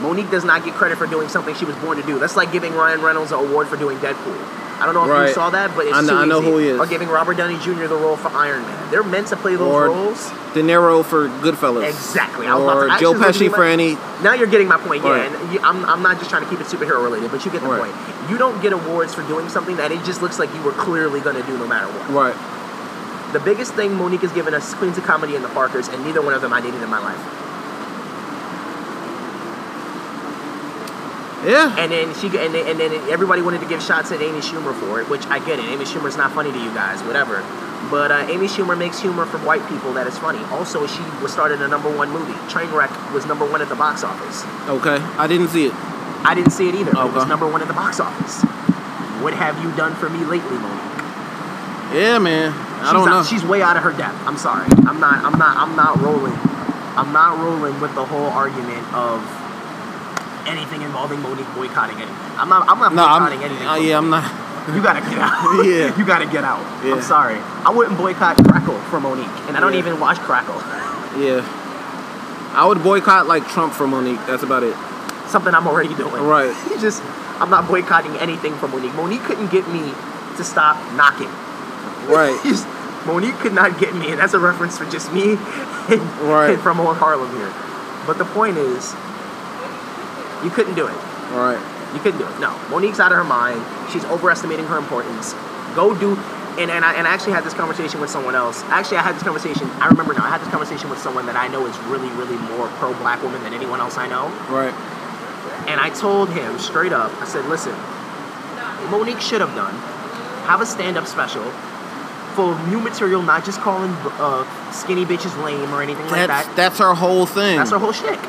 Speaker 4: Monique does not get credit for doing something she was born to do. That's like giving Ryan Reynolds an award for doing Deadpool. I don't know if
Speaker 3: Right.
Speaker 4: you saw that, but it's
Speaker 3: I kn-
Speaker 4: too
Speaker 3: I know
Speaker 4: easy.
Speaker 3: who he is.
Speaker 4: Or giving Robert Downey Jr. the role for Iron Man. They're meant to play those
Speaker 3: Or-
Speaker 4: roles.
Speaker 3: De Niro for Goodfellas.
Speaker 4: Exactly. I was about
Speaker 3: Or
Speaker 4: to- I
Speaker 3: Joe
Speaker 4: actually was
Speaker 3: Pesci
Speaker 4: looking
Speaker 3: for
Speaker 4: at-
Speaker 3: any.
Speaker 4: Now you're getting my point. Yeah,
Speaker 3: Right.
Speaker 4: and you, I'm, I'm not just trying to keep it superhero related, but you get the
Speaker 3: Right.
Speaker 4: point. You don't get awards for doing something that it just looks like you were clearly going to do no matter what.
Speaker 3: Right.
Speaker 4: The biggest thing Monique has given us is Queens of Comedy and The Parkers, and neither one of them I needed in my life.
Speaker 3: Yeah.
Speaker 4: And then she and then, and then everybody wanted to give shots at Amy Schumer for it, which I get it. Amy Schumer's not funny to you guys, whatever. But uh, Amy Schumer makes humor for white people that is funny. Also, she was started a number one movie. Trainwreck was number one at the box office.
Speaker 3: Okay. I didn't see it.
Speaker 4: I didn't see it either. but It was
Speaker 3: Okay.
Speaker 4: number one at the box office. What have you done for me lately, Monique?
Speaker 3: Yeah, man. I
Speaker 4: she's
Speaker 3: don't
Speaker 4: out-
Speaker 3: know.
Speaker 4: She's way out of her depth. I'm sorry. I'm not. I'm not. I'm not rolling. I'm not rolling with the whole argument of anything involving Monique boycotting it. I'm not. I'm not
Speaker 3: no, I'm.
Speaker 4: boycotting anything.
Speaker 3: Uh,
Speaker 4: from
Speaker 3: yeah, I'm not.
Speaker 4: You gotta get out.
Speaker 3: Yeah.
Speaker 4: you gotta get out.
Speaker 3: Yeah.
Speaker 4: I'm sorry. I wouldn't boycott Crackle for Monique, and I don't
Speaker 3: Yeah.
Speaker 4: even watch Crackle.
Speaker 3: Yeah. I would boycott like Trump for Monique. That's about it.
Speaker 4: Something I'm already doing.
Speaker 3: Right.
Speaker 4: You just, I'm not boycotting anything from Monique. Monique couldn't get me to stop knocking.
Speaker 3: Right.
Speaker 4: Just- Monique could not get me, and that's a reference for just me and,
Speaker 3: Right.
Speaker 4: and from old Harlem here. But the point is, you couldn't do it.
Speaker 3: right.
Speaker 4: You couldn't do it. No, Monique's out of her mind. She's overestimating her importance. Go do. And, and, I, and I actually had this conversation with someone else. Actually, I had this conversation. I remember now. I had this conversation with someone that I know is really, really more pro black woman than anyone else I know.
Speaker 3: Right.
Speaker 4: And I told him straight up, I said, listen, Monique should have done. Have a stand up special full of new material, not just calling uh, skinty bitches lame or anything like
Speaker 3: That's
Speaker 4: that.
Speaker 3: that's her whole thing.
Speaker 4: That's her whole shtick.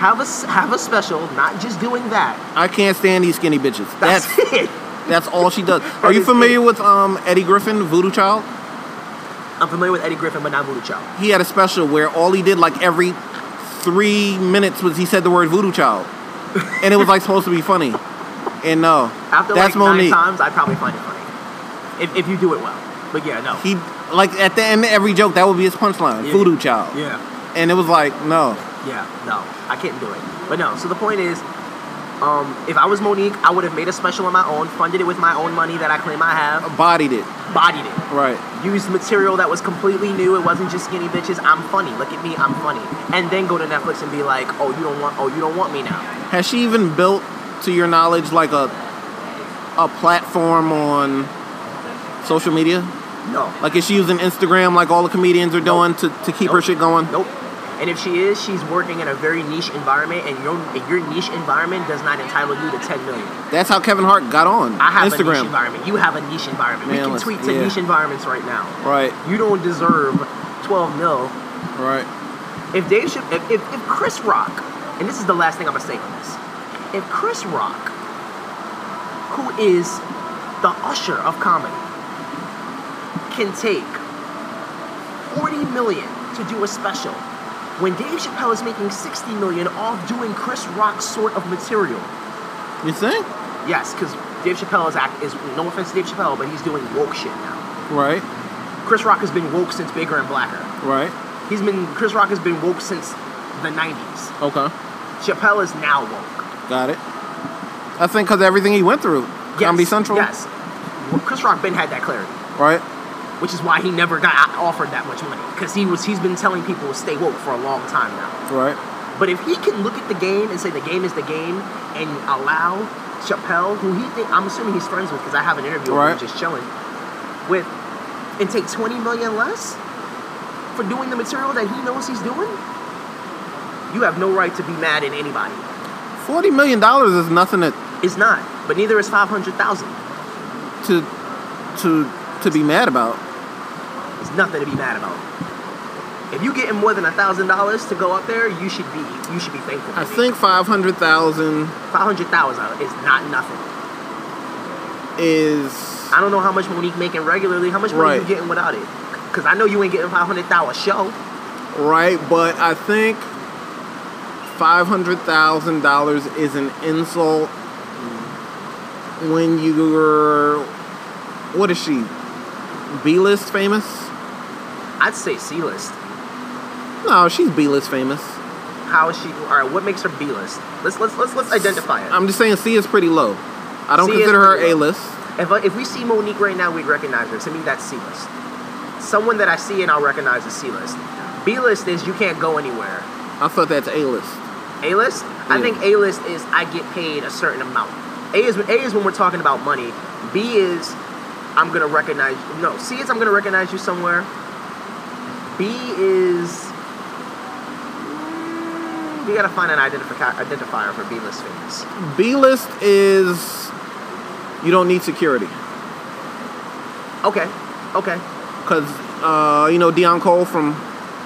Speaker 4: Have a, s- have a special, not just doing that.
Speaker 3: I can't stand these skinny bitches.
Speaker 4: That's,
Speaker 3: That's
Speaker 4: it.
Speaker 3: that's all she does. Are you familiar with um Eddie Griffin, Voodoo Child?
Speaker 4: I'm familiar with Eddie Griffin, but not Voodoo Child.
Speaker 3: He had a special where all he did like every three minutes was he said the word Voodoo Child, and it was like supposed to be funny. And no,
Speaker 4: After
Speaker 3: that's
Speaker 4: like
Speaker 3: Monique.
Speaker 4: nine times, I'd probably find it funny. If, if you do it well. But yeah, no.
Speaker 3: He like at the end of every joke that would be his punchline,
Speaker 4: Yeah.
Speaker 3: Voodoo Child.
Speaker 4: yeah.
Speaker 3: And it was like no,
Speaker 4: Yeah, no. I can't do it. But no, so the point is, um, if I was Monique, I would have made a special on my own, funded it with my own money that I claim I have,
Speaker 3: bodied it.
Speaker 4: bodied it.
Speaker 3: Right.
Speaker 4: Used material that was completely new. It wasn't just skinny bitches. I'm funny. Look at me. I'm funny. And then go to Netflix and be like, oh, you don't want, oh, you don't want me now.
Speaker 3: Has she even built, to your knowledge, like a a platform on social media?
Speaker 4: No.
Speaker 3: Like is she using Instagram like all the comedians are doing to, to keep her
Speaker 4: Nope.
Speaker 3: shit going?
Speaker 4: Nope. And if she is, she's working in a very niche environment, and your and your niche environment does not entitle you to 10 million.
Speaker 3: That's how Kevin Hart got on
Speaker 4: I have a niche
Speaker 3: Instagram.
Speaker 4: environment. You have a niche environment.
Speaker 3: Man,
Speaker 4: we can
Speaker 3: let's-
Speaker 4: tweet to
Speaker 3: yeah.
Speaker 4: niche environments right now.
Speaker 3: right,
Speaker 4: You don't deserve 12 mil.
Speaker 3: right.
Speaker 4: If Dave, Chapp- if, if, if Chris Rock, and this is the last thing I'm gonna say on this, if Chris Rock, who is the usher of comedy, can take 40 million to do a special, when Dave Chappelle is making 60 million off doing Chris Rock sort of material,
Speaker 3: You think?
Speaker 4: yes, because Dave Chappelle is act is no offense to Dave Chappelle, but he's doing woke shit now.
Speaker 3: Right,
Speaker 4: Chris Rock has been woke since Bigger and Blacker.
Speaker 3: right.
Speaker 4: He's been Chris Rock has been woke since the 90s.
Speaker 3: Okay,
Speaker 4: Chappelle is now woke.
Speaker 3: got it. I think because everything he went through,
Speaker 4: Yes,
Speaker 3: Comedy Central.
Speaker 4: Yes. Well, Chris Rock been had that clarity,
Speaker 3: Right.
Speaker 4: which is why he never got offered that much money because he was he's been telling people to stay woke for a long time now.
Speaker 3: Right.
Speaker 4: But if he can look at the game and say the game is the game and allow Chappelle, who he think I'm assuming he's friends with because I have an interview
Speaker 3: Right.
Speaker 4: with him just chilling with, and take 20 million less for doing the material that he knows he's doing. You have no right to be mad at anybody.
Speaker 3: Forty million dollars is nothing to
Speaker 4: It's not, but neither is 500,000.
Speaker 3: to to to be mad about.
Speaker 4: It's nothing to be mad about. If you getting more than a thousand dollars to go up there, you should be you should be thankful.
Speaker 3: I think five hundred thousand
Speaker 4: five hundred thousand is not nothing.
Speaker 3: is
Speaker 4: I don't know how much Monique making regularly. How much money
Speaker 3: Right.
Speaker 4: you getting without it? Because I know you ain't getting five hundred thousand a show.
Speaker 3: right, but I think five hundred thousand dollars is an insult when you're what is she B list famous?
Speaker 4: I'd say C list.
Speaker 3: No, she's B list famous.
Speaker 4: How is she? All right, what makes her B list? Let's let's let's let's identify it.
Speaker 3: I'm just saying C is pretty low. I don't
Speaker 4: C is
Speaker 3: consider her
Speaker 4: pretty
Speaker 3: A
Speaker 4: low.
Speaker 3: list.
Speaker 4: If, I- if we see Monique right now, we'd recognize her. To me, that's C list. Someone that I see and I'll recognize as C list. B list is you can't go anywhere.
Speaker 3: I thought that's A list.
Speaker 4: A list? I
Speaker 3: Yeah.
Speaker 4: think A list is I get paid a certain amount. A is A is when we're talking about money. B is I'm gonna recognize no. C is I'm gonna recognize you somewhere. B is mm, we gotta find an identifi- identifier for B list famous.
Speaker 3: B list is you don't need security
Speaker 4: Okay, okay,
Speaker 3: because uh, you know Dion Cole from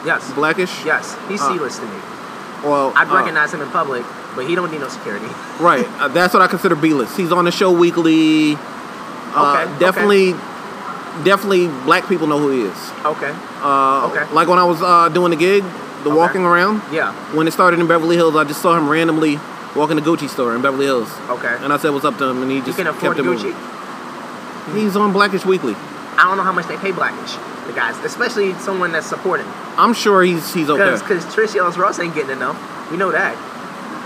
Speaker 4: yes,
Speaker 3: Blackish.
Speaker 4: yes, he's
Speaker 3: Uh,
Speaker 4: C list to me.
Speaker 3: Well,
Speaker 4: I'd
Speaker 3: uh,
Speaker 4: recognize him in public, but he don't need no security.
Speaker 3: Right, uh, that's what I consider B list. He's on the show weekly. Uh,
Speaker 4: Okay, okay.
Speaker 3: definitely, definitely, black people know who he is.
Speaker 4: Okay,
Speaker 3: Uh,
Speaker 4: Okay.
Speaker 3: Like when I was uh, doing the gig, the walking around.
Speaker 4: yeah,
Speaker 3: When it started in Beverly Hills, I just saw him randomly walking the Gucci store in Beverly Hills.
Speaker 4: okay.
Speaker 3: And I said, "What's up to him?" And he
Speaker 4: you
Speaker 3: just
Speaker 4: can afford
Speaker 3: kept it
Speaker 4: Gucci.
Speaker 3: moving. He's on Blackish Weekly.
Speaker 4: I don't know how much they pay Blackish, the guys, especially someone that's supporting.
Speaker 3: I'm sure he's he's okay.
Speaker 4: Because because Trish Ellis Ross ain't getting enough. We know that.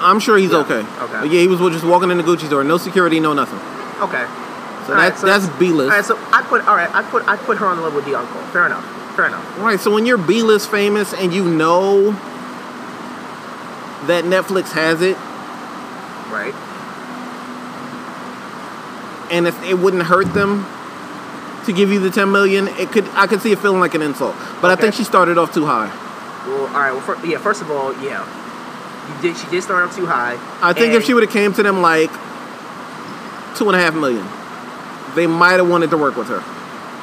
Speaker 3: I'm sure he's
Speaker 4: Yeah,
Speaker 3: okay.
Speaker 4: okay.
Speaker 3: But yeah, he was just walking in the Gucci store, no security, no nothing.
Speaker 4: Okay.
Speaker 3: So
Speaker 4: All right,
Speaker 3: that's
Speaker 4: so
Speaker 3: that's B
Speaker 4: All
Speaker 3: list.
Speaker 4: right, so I put all right, I put I put her on the level with D Uncle. Fair enough. Fair enough.
Speaker 3: Right, so when you're B list famous and you know that Netflix has it,
Speaker 4: Right.
Speaker 3: and if it wouldn't hurt them to give you the 10 million, it could I could see it feeling like an insult. But I
Speaker 4: Okay.
Speaker 3: think she started off too high.
Speaker 4: Well, all right. Well, fir- yeah. First of all, yeah. You did. She did start up too high.
Speaker 3: I think if
Speaker 4: and-
Speaker 3: she would have came to them like two and a half million, they might have wanted to work with her.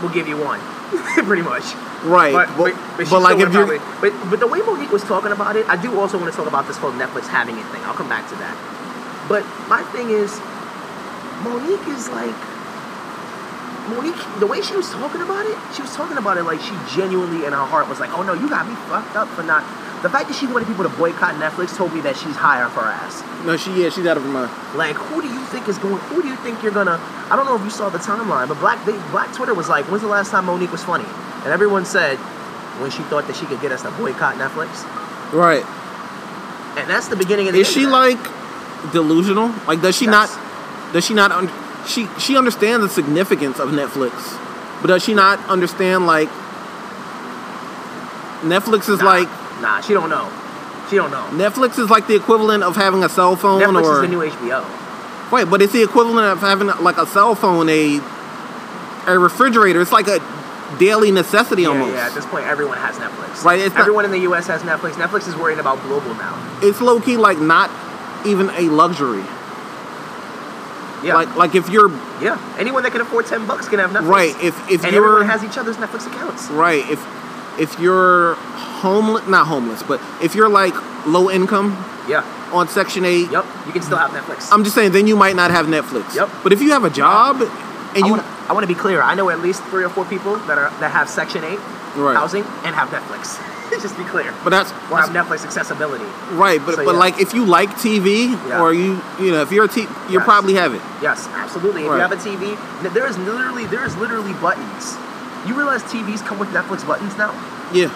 Speaker 4: we'll give you one, pretty much.
Speaker 3: Right,
Speaker 4: But,
Speaker 3: but,
Speaker 4: but, but, she
Speaker 3: but like
Speaker 4: still
Speaker 3: if
Speaker 4: would've
Speaker 3: you
Speaker 4: probably- but, but the way Monique was talking about it, I do also want to talk about this whole Netflix having it thing. I'll come back to that. But my thing is, Monique is like Monique. The way she was talking about it, she was talking about it like she genuinely in her heart was like, "Oh no, you got me fucked up for not." The fact that she wanted people to boycott Netflix told me that she's high off her ass.
Speaker 3: no, she yeah, she's out of her mind.
Speaker 4: Like, who do you think is going? Who do you think you're gonna? I don't know if you saw the timeline, but Black they, Black Twitter was like, "When's the last time Monique was funny?" And everyone said, "When she thought that she could get us to boycott Netflix."
Speaker 3: Right,
Speaker 4: And that's the beginning of the.
Speaker 3: is she
Speaker 4: internet.
Speaker 3: like delusional? Like does she
Speaker 4: Yes.
Speaker 3: not? Does she not? Un- she she understands the significance of Netflix, but does she not understand like Netflix is
Speaker 4: Nah,
Speaker 3: like
Speaker 4: Nah, she don't know. She don't know.
Speaker 3: Netflix is like the equivalent of having a cell phone
Speaker 4: Netflix
Speaker 3: or
Speaker 4: is the new HBO.
Speaker 3: wait, but it's the equivalent of having like a cell phone, a a refrigerator. It's like a daily necessity
Speaker 4: Yeah,
Speaker 3: almost.
Speaker 4: yeah. At this point, everyone has Netflix.
Speaker 3: Right, it's not-
Speaker 4: everyone in the U.S. has Netflix. Netflix is worried about global now.
Speaker 3: it's low key like not even a luxury.
Speaker 4: Yeah.
Speaker 3: Like like if you're
Speaker 4: yeah. Anyone that can afford ten bucks can have Netflix.
Speaker 3: right, if if
Speaker 4: and
Speaker 3: you're
Speaker 4: everyone has each other's Netflix accounts.
Speaker 3: Right. If if you're homeless, not homeless, but if you're like low income
Speaker 4: Yeah.
Speaker 3: on Section Eight,
Speaker 4: Yep. You can still have Netflix.
Speaker 3: I'm just saying, then you might not have Netflix.
Speaker 4: Yep.
Speaker 3: But if you have a job and
Speaker 4: I
Speaker 3: you
Speaker 4: wanna, I want to be clear. I know at least three or four people that are that have Section Eight
Speaker 3: Right.
Speaker 4: housing and have Netflix. Just be clear.
Speaker 3: but that's
Speaker 4: Or have Netflix accessibility.
Speaker 3: right. But
Speaker 4: so,
Speaker 3: but
Speaker 4: yeah.
Speaker 3: like if you like TV
Speaker 4: Yeah.
Speaker 3: or you you know if you're a t- you
Speaker 4: Yes.
Speaker 3: probably have it.
Speaker 4: Yes, absolutely. If
Speaker 3: Right.
Speaker 4: you have a TV, n- there is literally there is literally buttons. You realize TVs come with Netflix buttons now.
Speaker 3: Yeah.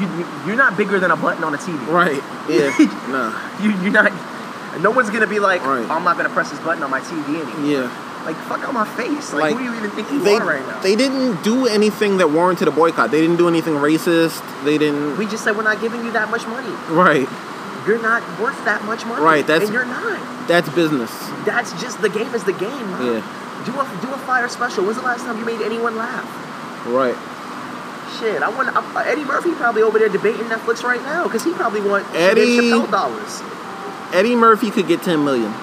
Speaker 4: You you're not bigger than a button on a TV.
Speaker 3: Right. Yeah. nah.
Speaker 4: You you're not. No one's gonna be like,
Speaker 3: Right.
Speaker 4: "Oh, I'm not gonna press this button on my TV anymore.
Speaker 3: Yeah.
Speaker 4: Like, fuck out my face. Like,
Speaker 3: Like,
Speaker 4: who do you even think you
Speaker 3: they
Speaker 4: are right now?
Speaker 3: they didn't do anything that warranted a boycott. They didn't do anything racist. They didn't.
Speaker 4: we just said we're not giving you that much money.
Speaker 3: right.
Speaker 4: you're not worth that much money.
Speaker 3: Right, that's-
Speaker 4: and you're not.
Speaker 3: That's business.
Speaker 4: That's just the game is the game. man.
Speaker 3: Yeah.
Speaker 4: Do a do a fire special. When's the last time you made anyone laugh?
Speaker 3: Right.
Speaker 4: Shit, I want I, Eddie Murphy probably over there debating Netflix right now because he probably wants
Speaker 3: Eddie-
Speaker 4: Chappelle dollars.
Speaker 3: Eddie Murphy could get 10 million.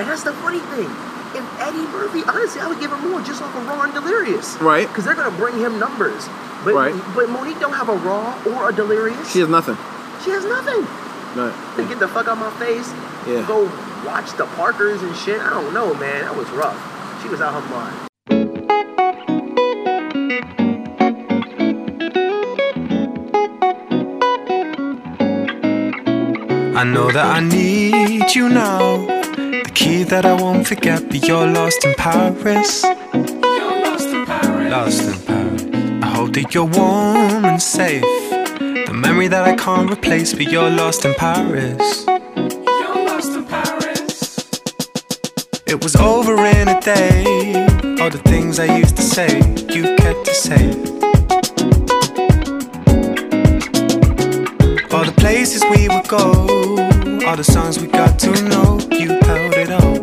Speaker 4: And that's the funny thing. If Eddie Murphy, honestly, I would give him more just off of Raw and Delirious.
Speaker 3: Right.
Speaker 4: Because they're gonna bring him numbers. But
Speaker 3: Right.
Speaker 4: but Monique don't have a Raw or a Delirious.
Speaker 3: She has nothing.
Speaker 4: She has nothing.
Speaker 3: Right.
Speaker 4: They get the fuck out my face.
Speaker 3: Yeah.
Speaker 4: Go watch the Parkers and shit. I don't know, man. That was rough. She was out her mind.
Speaker 5: I know that I need you now. The key that I won't forget, but you're lost in Paris. You're lost in Paris. Lost in Paris. I hope that you're warm and safe. The memory that I can't replace, but you're lost in Paris. You're lost in Paris. It was over in a day. All the things I used to say, you kept to say. All the places we would go, all the songs we got to know, you held it all.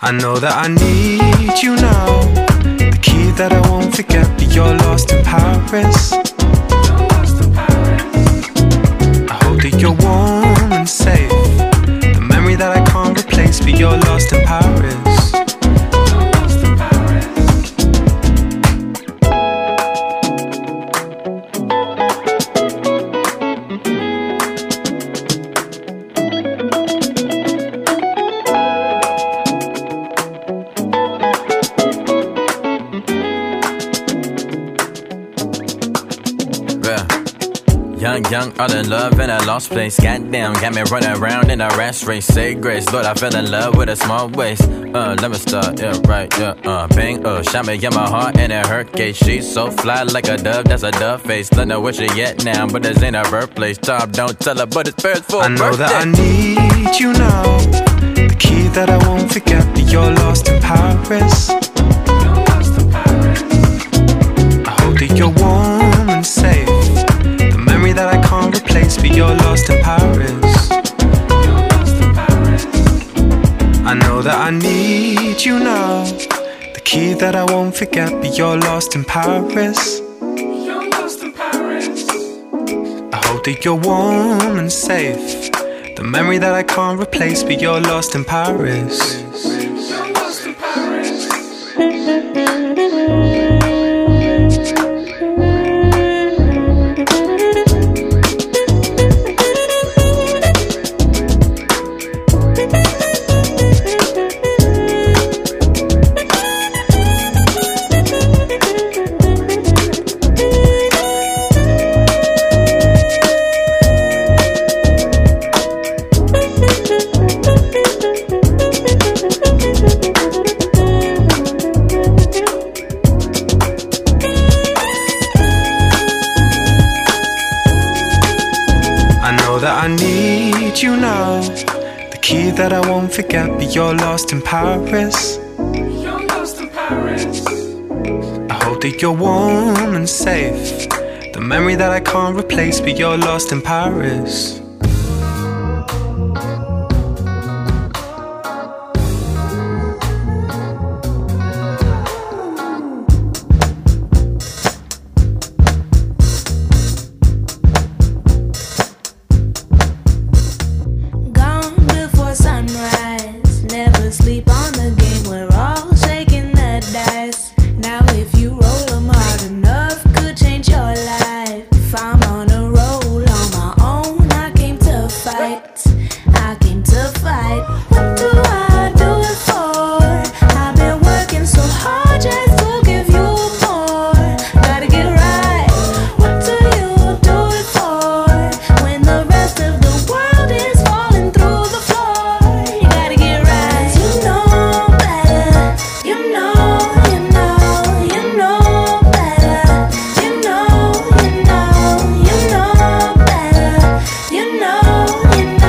Speaker 5: I know that I need you now. The key that I won't forget, but you're lost in Paris. I hope that you're warm and safe. The memory that I can't replace, but you're lost in Paris.
Speaker 6: Bruh. Young, young, all in love in a lost place. Goddamn, got me running around in a rash race. Say grace, Lord, I fell in love with a small waist. Uh, let me start, yeah, right, yeah, uh, bang, uh, shot me in my heart and it hurt case. She's so fly like a dove, that's a dove face. Don't know where she yet now, but this ain't her birthplace. Tom, don't tell her, but it's Paris for
Speaker 5: I
Speaker 6: her
Speaker 5: know
Speaker 6: birthday.
Speaker 5: that I need you now. The key that I won't forget, but you're lost in Paris. I hope that you're warm and safe. The memory that I can't replace, but you're lost in Paris. I know that I need you now. The key that I won't forget, but you're lost in Paris. You're lost in Paris. I hope that you're warm and safe. The memory that I can't replace, but you're lost in Paris. I know that I need you now. The key that I won't forget, but you're lost in Paris. You're lost in Paris. I hope that you're warm and safe. The memory that I can't replace, but you're lost in Paris.
Speaker 7: Gone before sunrise. Never sleep on the game. We're all shaking the dice. Now, if you roll 'em hard enough, could change your life. If I'm on a roll on my own, I came to fight. I came to fight. What do I do it for? I've been working so hard just to give you more. Gotta get right. What do you do it for? When the rest of the world is falling through the floor, you gotta get right. You know better. You know, you know, you know better. You know, you know, you know better. You know, you know.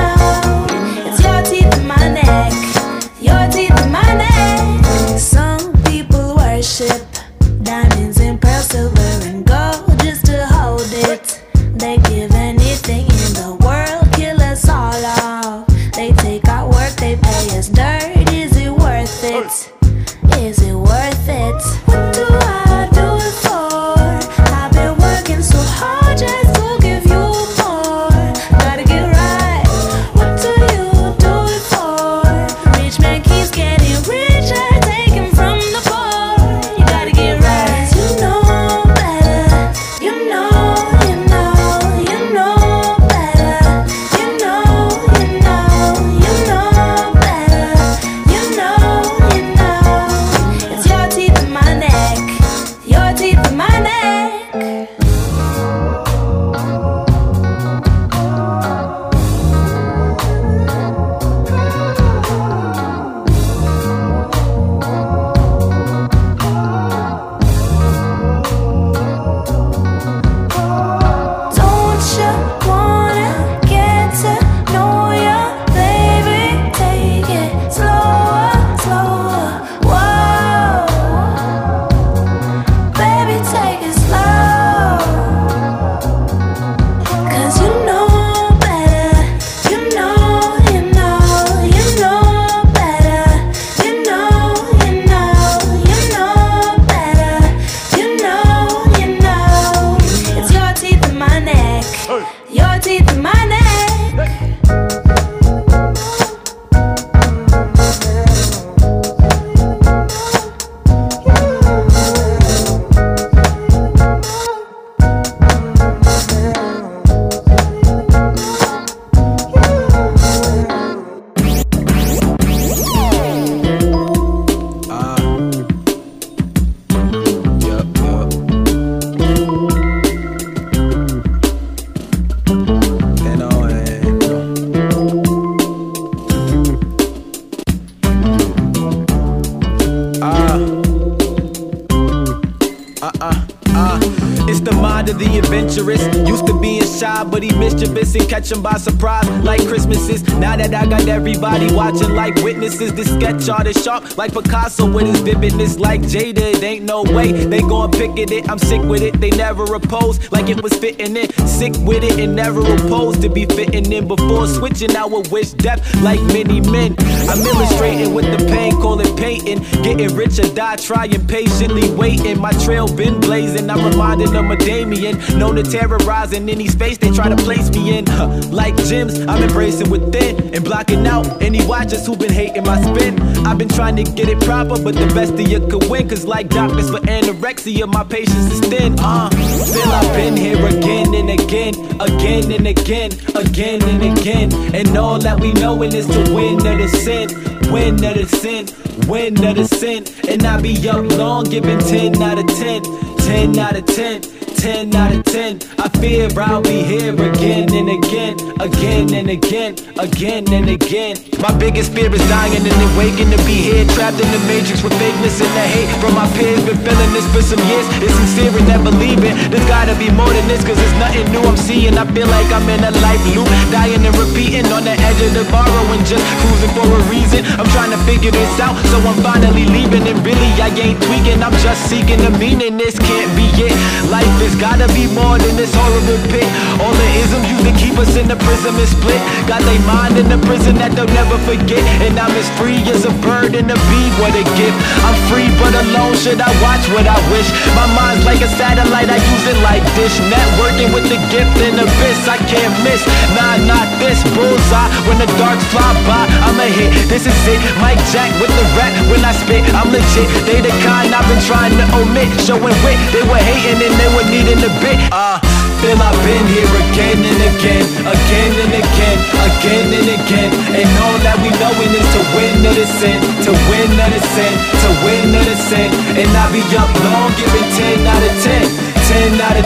Speaker 8: vibe, but he mischievous and catch him by surprise like Christmases. Now that I got everybody watching like witnesses, this sketch art is sharp like Picasso with his vividness like Jada. It ain't no way they gon' pick at it. I'm sick with it. They never oppose like it was fitting in. Sick with it and never opposed to be fitting in before switching. I would wish death like many men. I'm illustrating with the pain, call it painting. Getting rich or die, trying patiently waiting. My trail been blazing. I'm reminding them of Damien. Known to terrorize in any space they try to place me in. Huh, Like gyms, I'm embracing within and blocking out any watchers who've been hating my spin. I've been trying to get it proper, but the best of you could win. Cause like doctors for anorexia, my patience is thin. Uh, still I've been here again and again, again and again, again and again. And all that we know is to win or to sin, win or to sin, win or to sin. And I be up long, giving 10 out of 10, 10 out of 10. 10 out of 10. I fear I'll be here again and again, again and again, again and again. My biggest fear is dying and then waking to be here, trapped in the matrix with fakeness and the hate from my peers. Been feeling this for some years, it's sincere and never leaving. There's gotta be more than this, cause it's nothing new I'm seeing. I feel like I'm in a life loop, dying and repeating on the edge of the borrowing, just cruising for a reason. I'm trying to figure this out, so I'm finally leaving. And really, I ain't tweaking, I'm just seeking the meaning. This can't be it. Life is gotta be more than this horrible pit. All the isms used to keep us in the prison is split. Got they mind in the prison that they'll never forget. And I'm as free as a bird and a bee, what a gift. I'm free but alone, should I watch what I wish? My mind's like a satellite, I use it like dish. Networking with the gift and abyss, I can't miss. Nah, not this bullseye. When the darks fly by, I'ma hit. This is it, Mike Jack with the rap. When I spit, I'm legit. They the kind I've been trying to omit. Showing wit, they were hating and they were needing a bit. Uh, feel I've been here again and again, again and again, again and again. And all that we knowin' is to win or to sin, to win or to sin, to win or to sin. And I be up long giving 10 out of 10. 10 out of 10,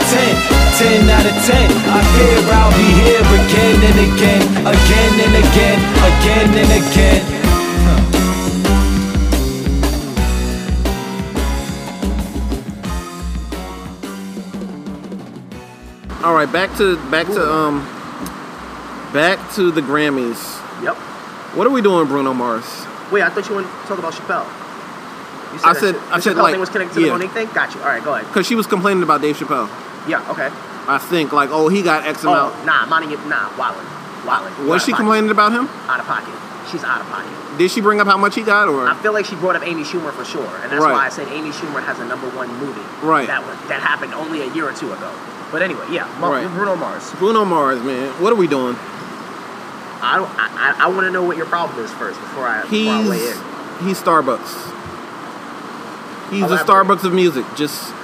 Speaker 8: 10 out of 10. I fear I'll be here again and again, again and again, again and again.
Speaker 3: All right, back to back to um, back to the Grammys.
Speaker 4: Yep.
Speaker 3: What are we doing, Bruno Mars?
Speaker 4: Wait, I thought you wanted to talk about Chappelle. You
Speaker 3: I
Speaker 4: that
Speaker 3: said-
Speaker 4: Ch-
Speaker 3: I
Speaker 4: the
Speaker 3: said,
Speaker 4: Chappelle
Speaker 3: like,
Speaker 4: thing was connected to the
Speaker 3: yeah.
Speaker 4: Monique thing. Got you. All right, go ahead.
Speaker 3: Because she was complaining about Dave Chappelle.
Speaker 4: Yeah. Okay.
Speaker 3: I think like, oh, he got X
Speaker 4: Oh,
Speaker 3: amount.
Speaker 4: nah, Monique. Nah, Wallin. Wallin.
Speaker 3: Was she complaining about him?
Speaker 4: Out of pocket. She's out of pocket.
Speaker 3: Did she bring up how much he got, or
Speaker 4: I feel like she brought up Amy Schumer for sure, and that's
Speaker 3: Right.
Speaker 4: why I said Amy Schumer has a number one movie.
Speaker 3: Right.
Speaker 4: That was, that happened only a year or two ago. But anyway, yeah, Mar-
Speaker 3: Right.
Speaker 4: Bruno Mars.
Speaker 3: Bruno Mars, man? What are we doing?
Speaker 4: I don't. I, I, I want to know what your problem is first before I, before I weigh
Speaker 3: He's
Speaker 4: in.
Speaker 3: he's Starbucks. He's the
Speaker 4: Elaborate.
Speaker 3: Starbucks of music. Just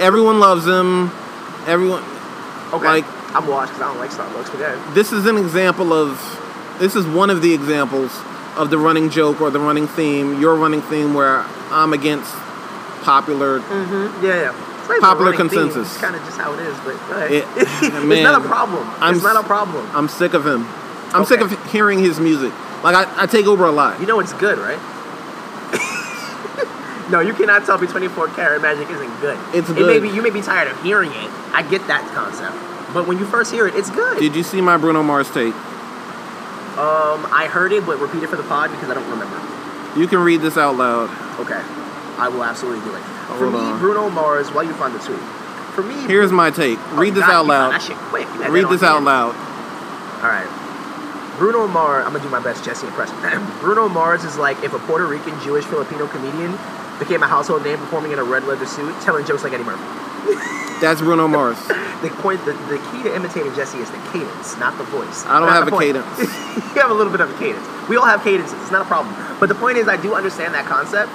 Speaker 3: everyone loves him. Everyone.
Speaker 4: Okay.
Speaker 3: like-
Speaker 4: I'm washed because I don't like Starbucks. But then,
Speaker 3: This is an example of. This is one of the examples of the running joke or the running theme. Your running theme, where I'm against popular
Speaker 4: Mm. yeah, yeah. It's not even a
Speaker 3: Popular
Speaker 4: running theme,
Speaker 3: consensus.
Speaker 4: It's kind of just how it is. But go ahead.
Speaker 3: It-
Speaker 4: it's
Speaker 3: man,
Speaker 4: not a problem.
Speaker 3: I'm
Speaker 4: it's not
Speaker 3: s-
Speaker 4: a problem.
Speaker 3: I'm sick of him. I'm sick
Speaker 4: Okay.
Speaker 3: of hearing his music. Like I, I take Uber a lot.
Speaker 4: You know it's good, right? no, you cannot tell me 24 karat magic isn't good.
Speaker 3: It's
Speaker 4: It may
Speaker 3: good.
Speaker 4: be, you may be tired of hearing it. I get that concept. But when you first hear it, it's good.
Speaker 3: Did you see my Bruno Mars tape?
Speaker 4: um, I heard it, but repeat it for the pod because I don't remember.
Speaker 3: You can read this out loud.
Speaker 4: Okay. I will absolutely do it. For
Speaker 3: Oh, Hold
Speaker 4: me,
Speaker 3: on.
Speaker 4: Bruno Mars, while you find the tweet. For me,
Speaker 3: Here's my take. Read this
Speaker 4: Oh, God,
Speaker 3: out
Speaker 4: you found That
Speaker 3: loud.
Speaker 4: shit quick. You had that
Speaker 3: Read
Speaker 4: on
Speaker 3: this
Speaker 4: hand.
Speaker 3: out loud.
Speaker 4: All right. Bruno Mars, I'm gonna do my best Jesse impression. Bruno Mars is like if a Puerto Rican Jewish Filipino comedian became a household name performing in a red leather suit, telling jokes like Eddie Murphy.
Speaker 3: That's Bruno Mars.
Speaker 4: The point, the, the key to imitating Jesse is the cadence, not the voice.
Speaker 3: I don't
Speaker 4: Not
Speaker 3: have a
Speaker 4: the point.
Speaker 3: cadence.
Speaker 4: you have a little bit of a cadence. We all have cadences. It's not a problem. But the point is, I do understand that concept.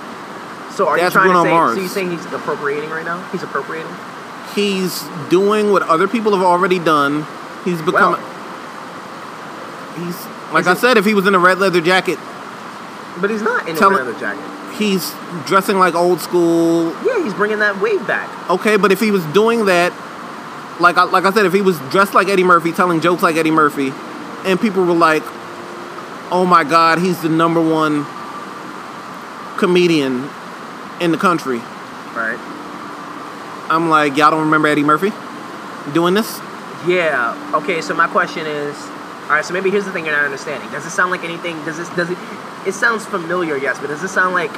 Speaker 4: So are
Speaker 3: That's
Speaker 4: you trying
Speaker 3: Bruno
Speaker 4: to say?
Speaker 3: Mars.
Speaker 4: So you saying he's appropriating right now? He's appropriating.
Speaker 3: He's doing what other people have already done. He's become. he's like
Speaker 4: Is
Speaker 3: I
Speaker 4: it-
Speaker 3: said. If he was in a red leather jacket,
Speaker 4: But he's not in
Speaker 3: Tell me-
Speaker 4: another jacket.
Speaker 3: he's dressing like old school.
Speaker 4: Yeah, he's bringing that wave back.
Speaker 3: Okay, but if he was doing that, like I, like I said, if he was dressed like Eddie Murphy, telling jokes like Eddie Murphy, and people were like, "Oh my God, he's the number one comedian in the country,"
Speaker 4: Right.
Speaker 3: I'm like, "Y'all don't remember Eddie Murphy doing this?"
Speaker 4: Yeah. Okay. So my question is, all right. So maybe here's the thing you're not understanding. Does it sound like anything? Does this? Does it? It sounds familiar, yes, but does it sound like?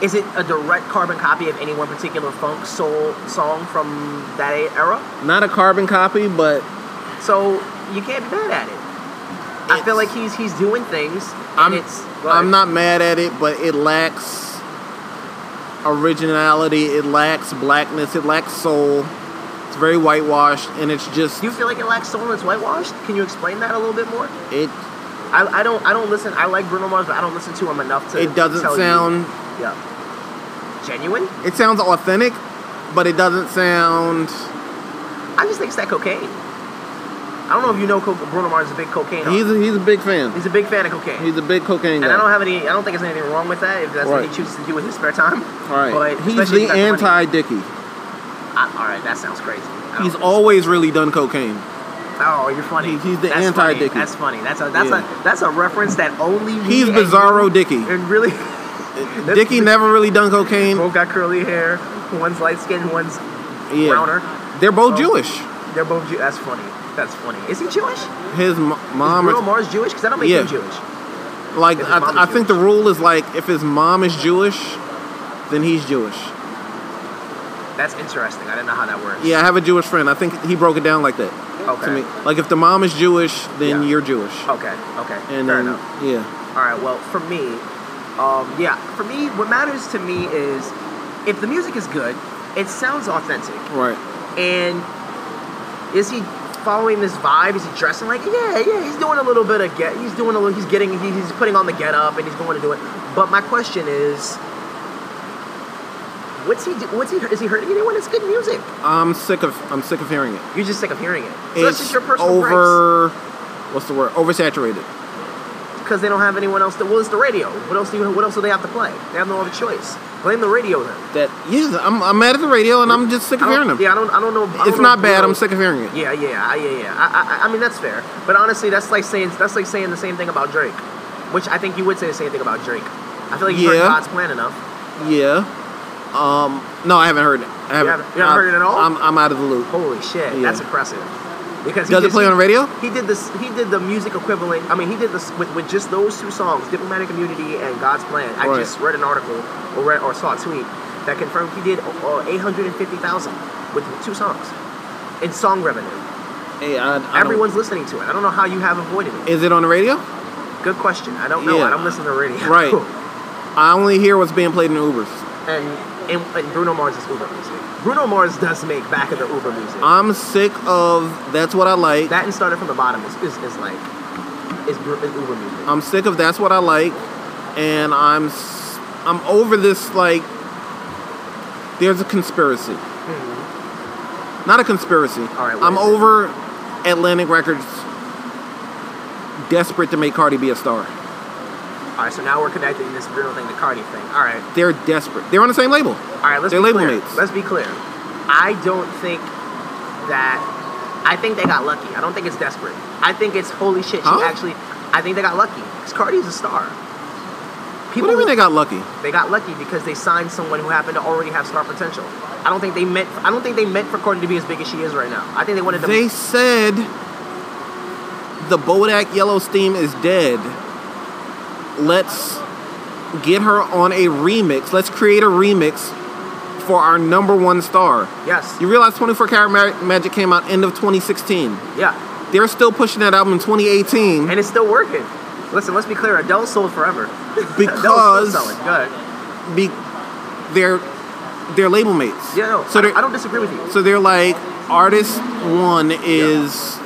Speaker 4: Is it a direct carbon copy of any one particular funk soul song from that a- era?
Speaker 3: Not a carbon copy, but
Speaker 4: So you can't be mad at it. I feel like he's he's doing things.
Speaker 3: I'm-
Speaker 4: and it's,
Speaker 3: I'm not mad at it, but it lacks originality. It lacks blackness. It lacks soul. It's very whitewashed, and it's just
Speaker 4: Do you feel like it lacks soul and it's whitewashed? Can you explain that a little bit more?
Speaker 3: it.
Speaker 4: I, I don't I don't listen. I like Bruno Mars, but I don't listen to him enough to.
Speaker 3: It doesn't
Speaker 4: tell you.
Speaker 3: sound.
Speaker 4: Yeah. Genuine?
Speaker 3: It sounds authentic, but it doesn't sound.
Speaker 4: I just think it's that cocaine. I don't know if you know co- Bruno Mars is a big cocaine.
Speaker 3: He's
Speaker 4: artist.
Speaker 3: a, he's a big fan.
Speaker 4: he's a big fan of cocaine.
Speaker 3: He's a big cocaine
Speaker 4: and
Speaker 3: guy.
Speaker 4: I don't have any. I don't think there's anything wrong with that if that's what
Speaker 3: Right.
Speaker 4: he chooses to do with his spare time.
Speaker 3: all right,
Speaker 4: But
Speaker 3: he's
Speaker 4: especially
Speaker 3: the
Speaker 4: if he's got
Speaker 3: anti Dicky.
Speaker 4: money. I- all right, that sounds crazy. I don't-
Speaker 3: He's always really done cocaine.
Speaker 4: Oh, you're
Speaker 3: He-
Speaker 4: funny.
Speaker 3: he's the
Speaker 4: that's
Speaker 3: anti
Speaker 4: funny.
Speaker 3: Dickie.
Speaker 4: That's funny. That's a that's
Speaker 3: Yeah.
Speaker 4: a that's a reference that only me
Speaker 3: He's Uh,
Speaker 4: and
Speaker 3: Bizarro
Speaker 4: you-
Speaker 3: Dicky.
Speaker 4: And really,
Speaker 3: Dicky never really done cocaine.
Speaker 4: both got curly hair. One's light skinned. One's
Speaker 3: Yeah,
Speaker 4: browner.
Speaker 3: they're both Jewish.
Speaker 4: They're both. Jew- that's funny. That's funny. Is he Jewish?
Speaker 3: His m-
Speaker 4: Is
Speaker 3: mom
Speaker 4: Bruno
Speaker 3: or
Speaker 4: Mars Jewish? Because I don't make
Speaker 3: Um, Yeah.
Speaker 4: him Jewish.
Speaker 3: Like
Speaker 4: If his
Speaker 3: I,
Speaker 4: mom is
Speaker 3: I think the rule is like if his mom is Jewish, then he's Jewish.
Speaker 4: That's interesting. I didn't know how that works.
Speaker 3: Yeah, I have a Jewish friend. I think he broke it down like that
Speaker 4: Okay.
Speaker 3: to me. Like if the mom is Jewish, then
Speaker 4: Yeah.
Speaker 3: you're Jewish.
Speaker 4: Okay. Okay.
Speaker 3: And um,
Speaker 4: Fair
Speaker 3: then
Speaker 4: enough.
Speaker 3: yeah,
Speaker 4: All right. Well, for me, um, yeah. For me, what matters to me is if the music is good, it sounds authentic.
Speaker 3: right.
Speaker 4: And is he following this vibe? Is he dressing like yeah, yeah? He's doing a little bit of get. He's doing a little. He's getting. He, he's putting on the get up and he's going to do it. But my question is, what's he? do- What's he? Is he hurting anyone? It's good music.
Speaker 3: I'm sick of I'm sick of hearing it.
Speaker 4: You're just sick of hearing it. So that's
Speaker 3: it's
Speaker 4: just your personal
Speaker 3: over. What's the word? Oversaturated.
Speaker 4: because they don't have anyone else. To, well, it's the radio. What else do you? What else do they have to play? They have no other choice. Blame the radio then.
Speaker 3: That yeah, I'm, I'm mad at the radio and I'm just sick
Speaker 4: I
Speaker 3: of
Speaker 4: don't-
Speaker 3: hearing them.
Speaker 4: Yeah, I don't. I don't know. I don't
Speaker 3: it's
Speaker 4: know
Speaker 3: not bad.
Speaker 4: Bruno.
Speaker 3: I'm sick of hearing it.
Speaker 4: Yeah, yeah, I- yeah, yeah. I, I, I mean, that's fair. But honestly, that's like saying that's like saying the same thing about Drake, which I think you would say the same thing about Drake. I feel like you've
Speaker 3: Yeah.
Speaker 4: heard God's plan enough.
Speaker 3: Yeah. Um. No, I haven't heard it. I haven't,
Speaker 4: haven't- you haven't heard it at all?
Speaker 3: I'm I'm out of the loop.
Speaker 4: Holy shit,
Speaker 3: Yeah.
Speaker 4: that's impressive. Because he
Speaker 3: Does it
Speaker 4: did-
Speaker 3: play on the radio?
Speaker 4: He did this. He did the music equivalent. I mean, he did this with, with just those two songs, "Diplomatic Immunity" and "God's Plan." I
Speaker 3: Right.
Speaker 4: just read an article or read or saw a tweet that confirmed he did uh, eight hundred and fifty thousand with two songs in song revenue.
Speaker 3: Hey, I, I don't-
Speaker 4: Everyone's listening to it. I don't know how you have avoided it.
Speaker 3: Is it on the radio?
Speaker 4: Good question. I don't know.
Speaker 3: Yeah.
Speaker 4: I don't listen to the radio.
Speaker 3: Right. I only hear what's being played in Ubers.
Speaker 4: and, and and Bruno Mars is Uber music. Bruno Mars does make back of the Uber music.
Speaker 3: I'm sick of that's what I like.
Speaker 4: that and started from the bottom is, is, is like is, Bru- is Uber music.
Speaker 3: I'm sick of that's what I like, and I'm s- I'm over this like. There's a conspiracy. Not a conspiracy.
Speaker 4: Hmm. All right, what
Speaker 3: I'm
Speaker 4: is it?
Speaker 3: over Atlantic Records desperate to make Cardi be a star.
Speaker 4: All right, so now we're connecting this Bruno thing to Cardi thing. All right,
Speaker 3: They're desperate. They're on the same label.
Speaker 4: all right. Let's
Speaker 3: They're
Speaker 4: be
Speaker 3: label
Speaker 4: clear.
Speaker 3: mates.
Speaker 4: Let's be clear. I don't think that. I think they got lucky. I don't think it's desperate. I think it's holy shit.
Speaker 3: Huh?
Speaker 4: She actually. I think they got lucky. Cause Cardi's a star.
Speaker 3: What
Speaker 4: People
Speaker 3: do you mean they got lucky?
Speaker 4: They got lucky because they signed someone who happened to already have star potential. I don't think they meant. I don't think they meant for Cardi to be as big as she is right now. I think they wanted to.
Speaker 3: They said the Bodak Yellow Steam is dead. Let's get her on a remix. Let's create a remix for our number one star.
Speaker 4: yes.
Speaker 3: You realize 24 Karat Ma- Magic came out end of 2016.
Speaker 4: yeah.
Speaker 3: They're still pushing that album in 2018
Speaker 4: And it's still working. Listen, let's be clear. Adele sold forever. Adele's
Speaker 3: because
Speaker 4: still selling. Good.
Speaker 3: be, they're they're label mates.
Speaker 4: Yeah. No,
Speaker 3: so
Speaker 4: I,
Speaker 3: they're
Speaker 4: I don't disagree with you.
Speaker 3: so they're like artist one is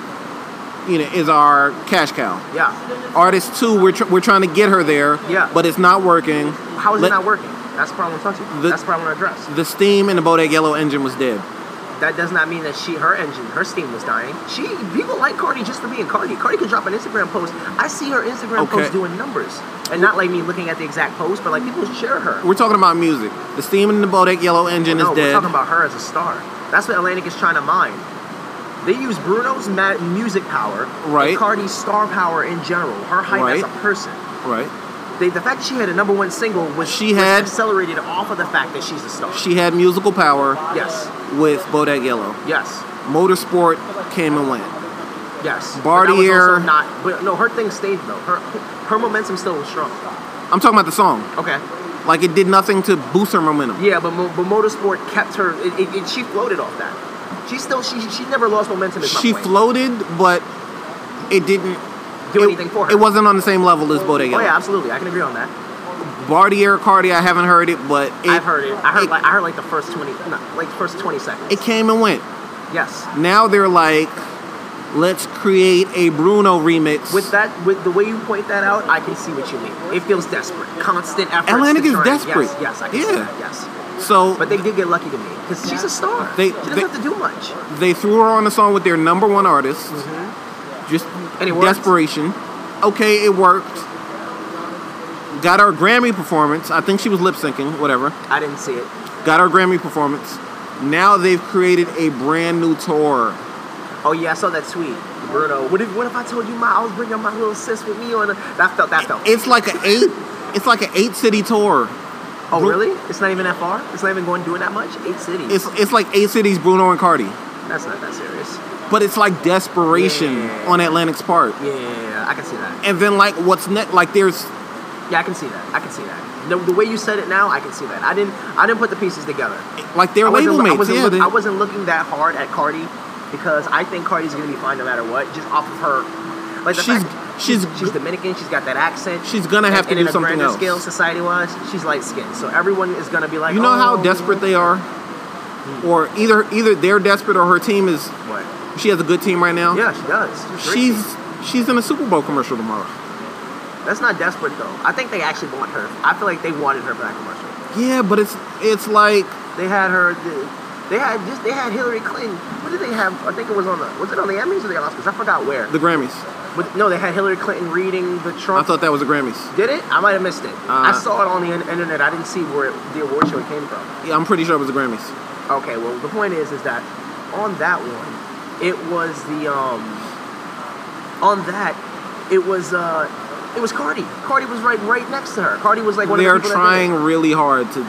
Speaker 3: you know is our cash cow.
Speaker 4: Yeah.
Speaker 3: Artist two, we're, tr- we're trying to get her there,
Speaker 4: Yeah.
Speaker 3: but it's not working.
Speaker 4: How is
Speaker 3: Let-
Speaker 4: it not working? That's the problem I'm touching.
Speaker 3: The-
Speaker 4: That's the problem I address.
Speaker 3: The steam in the Bodak Yellow engine was dead.
Speaker 4: That does not mean that she, her engine, her steam was dying. She, people like Cardi just for being Cardi. Cardi can drop an Instagram post. I see her Instagram
Speaker 3: Okay.
Speaker 4: post doing numbers, and not like me looking at the exact post, but like people share her.
Speaker 3: We're talking about music. The steam in the Bodak Yellow engine
Speaker 4: Oh, no,
Speaker 3: is dead.
Speaker 4: we're talking about her as a star. That's what Atlantic is trying to mine. They use Bruno's ma- music power,
Speaker 3: Right.
Speaker 4: and Cardi's star power in general, her hype as
Speaker 3: Right.
Speaker 4: a person.
Speaker 3: right.
Speaker 4: They, the fact that she had a number one single was
Speaker 3: She
Speaker 4: was
Speaker 3: had-
Speaker 4: accelerated off of the fact that she's a star.
Speaker 3: She had musical power
Speaker 4: yes,
Speaker 3: with Bodak Yellow.
Speaker 4: yes.
Speaker 3: Motorsport came and went.
Speaker 4: Yes. But that was also
Speaker 3: Bartier.
Speaker 4: Not, but no, her thing stayed though. Her her momentum still was strong.
Speaker 3: I'm talking about the song.
Speaker 4: Okay.
Speaker 3: Like it did nothing to boost her momentum.
Speaker 4: Yeah, but mo- but motorsport kept her. It, it, it- she floated off that. She still she she never lost momentum. Is my
Speaker 3: She
Speaker 4: point.
Speaker 3: floated, but it didn't
Speaker 4: Do
Speaker 3: it,
Speaker 4: anything for her.
Speaker 3: It wasn't on the same level as Bodega.
Speaker 4: Oh yeah, absolutely. I can agree on that.
Speaker 3: Bartier Cardi, I haven't heard it, but it
Speaker 4: I've heard it. I heard like I heard like the first twenty, no, like first twenty seconds.
Speaker 3: it came and went.
Speaker 4: yes.
Speaker 3: Now they're like, let's create a Bruno remix.
Speaker 4: With that, with the way you point that out, I can see what you mean. It feels desperate, constant effort.
Speaker 3: Atlantic is desperate.
Speaker 4: Yes, yes, I can see
Speaker 3: Yeah.
Speaker 4: that. Yes,
Speaker 3: so
Speaker 4: but they did get lucky to me because she's a star.
Speaker 3: They-
Speaker 4: she doesn't
Speaker 3: they-
Speaker 4: have to do much.
Speaker 3: they threw her on a song with their number one artist. Just
Speaker 4: Mm-hmm. And it worked.
Speaker 3: desperation. Okay, it worked. Got our Grammy performance. I think she was lip syncing, whatever.
Speaker 4: I didn't see it.
Speaker 3: Got our Grammy performance. Now they've created a brand new tour.
Speaker 4: Oh yeah, I saw that tweet, Bruno. What if what if I told you my I was bringing my little sis with me on? A, that felt that felt.
Speaker 3: It's like an eight. It's like an eight city tour.
Speaker 4: oh really? It's not even that far. It's not even going doing that much. Eight cities.
Speaker 3: It's it's like eight cities. Bruno and Cardi.
Speaker 4: That's not that serious.
Speaker 3: But it's like desperation
Speaker 4: Yeah.
Speaker 3: on Atlantic's part.
Speaker 4: Yeah, I can see that.
Speaker 3: And then like what's next? Like there's
Speaker 4: Yeah, I can see that. I can see that. The, the way you said it now, I can see that. I didn't. I didn't put the pieces together.
Speaker 3: like their
Speaker 4: I wasn't,
Speaker 3: label
Speaker 4: I,
Speaker 3: mates.
Speaker 4: wasn't
Speaker 3: Yeah,
Speaker 4: look-
Speaker 3: they-
Speaker 4: I wasn't looking that hard at Cardi because I think Cardi's gonna be fine no matter what, just off of her. Like the
Speaker 3: She's-
Speaker 4: fact,
Speaker 3: she's-
Speaker 4: she's Dominican. She's got that accent.
Speaker 3: She's gonna have to
Speaker 4: and
Speaker 3: do
Speaker 4: in a
Speaker 3: something
Speaker 4: grander
Speaker 3: else.
Speaker 4: scale, society-wise, she's light skinned, so everyone is gonna be like,
Speaker 3: you know how
Speaker 4: "Oh."
Speaker 3: desperate they are, or either either they're desperate or her team is.
Speaker 4: What?
Speaker 3: She has a good team right now.
Speaker 4: Yeah, she does. great.
Speaker 3: she's she's in a Super Bowl commercial tomorrow.
Speaker 4: that's not desperate though. I think they actually want her. I feel like they wanted her for that commercial.
Speaker 3: Yeah, but it's it's like
Speaker 4: They had her. They had just. They had Hillary Clinton. What did they have? I think it was on the. Was it on the Emmys or the Oscars? I forgot where.
Speaker 3: the Grammys.
Speaker 4: But no, they had Hillary Clinton reading the
Speaker 3: I
Speaker 4: Trump.
Speaker 3: thought that was the Grammys.
Speaker 4: did it? I might have missed it. I
Speaker 3: Uh,
Speaker 4: saw it on the in- internet. I didn't see where it, the award show it came from.
Speaker 3: Yeah, I'm pretty sure it was the Grammys.
Speaker 4: Okay. Well, the point is, is that on that one, it was the um. On that, it was uh, it was Cardi. Cardi was right, right next to her. Cardi was like one
Speaker 3: They
Speaker 4: of
Speaker 3: are
Speaker 4: the people that did it.
Speaker 3: trying really hard to.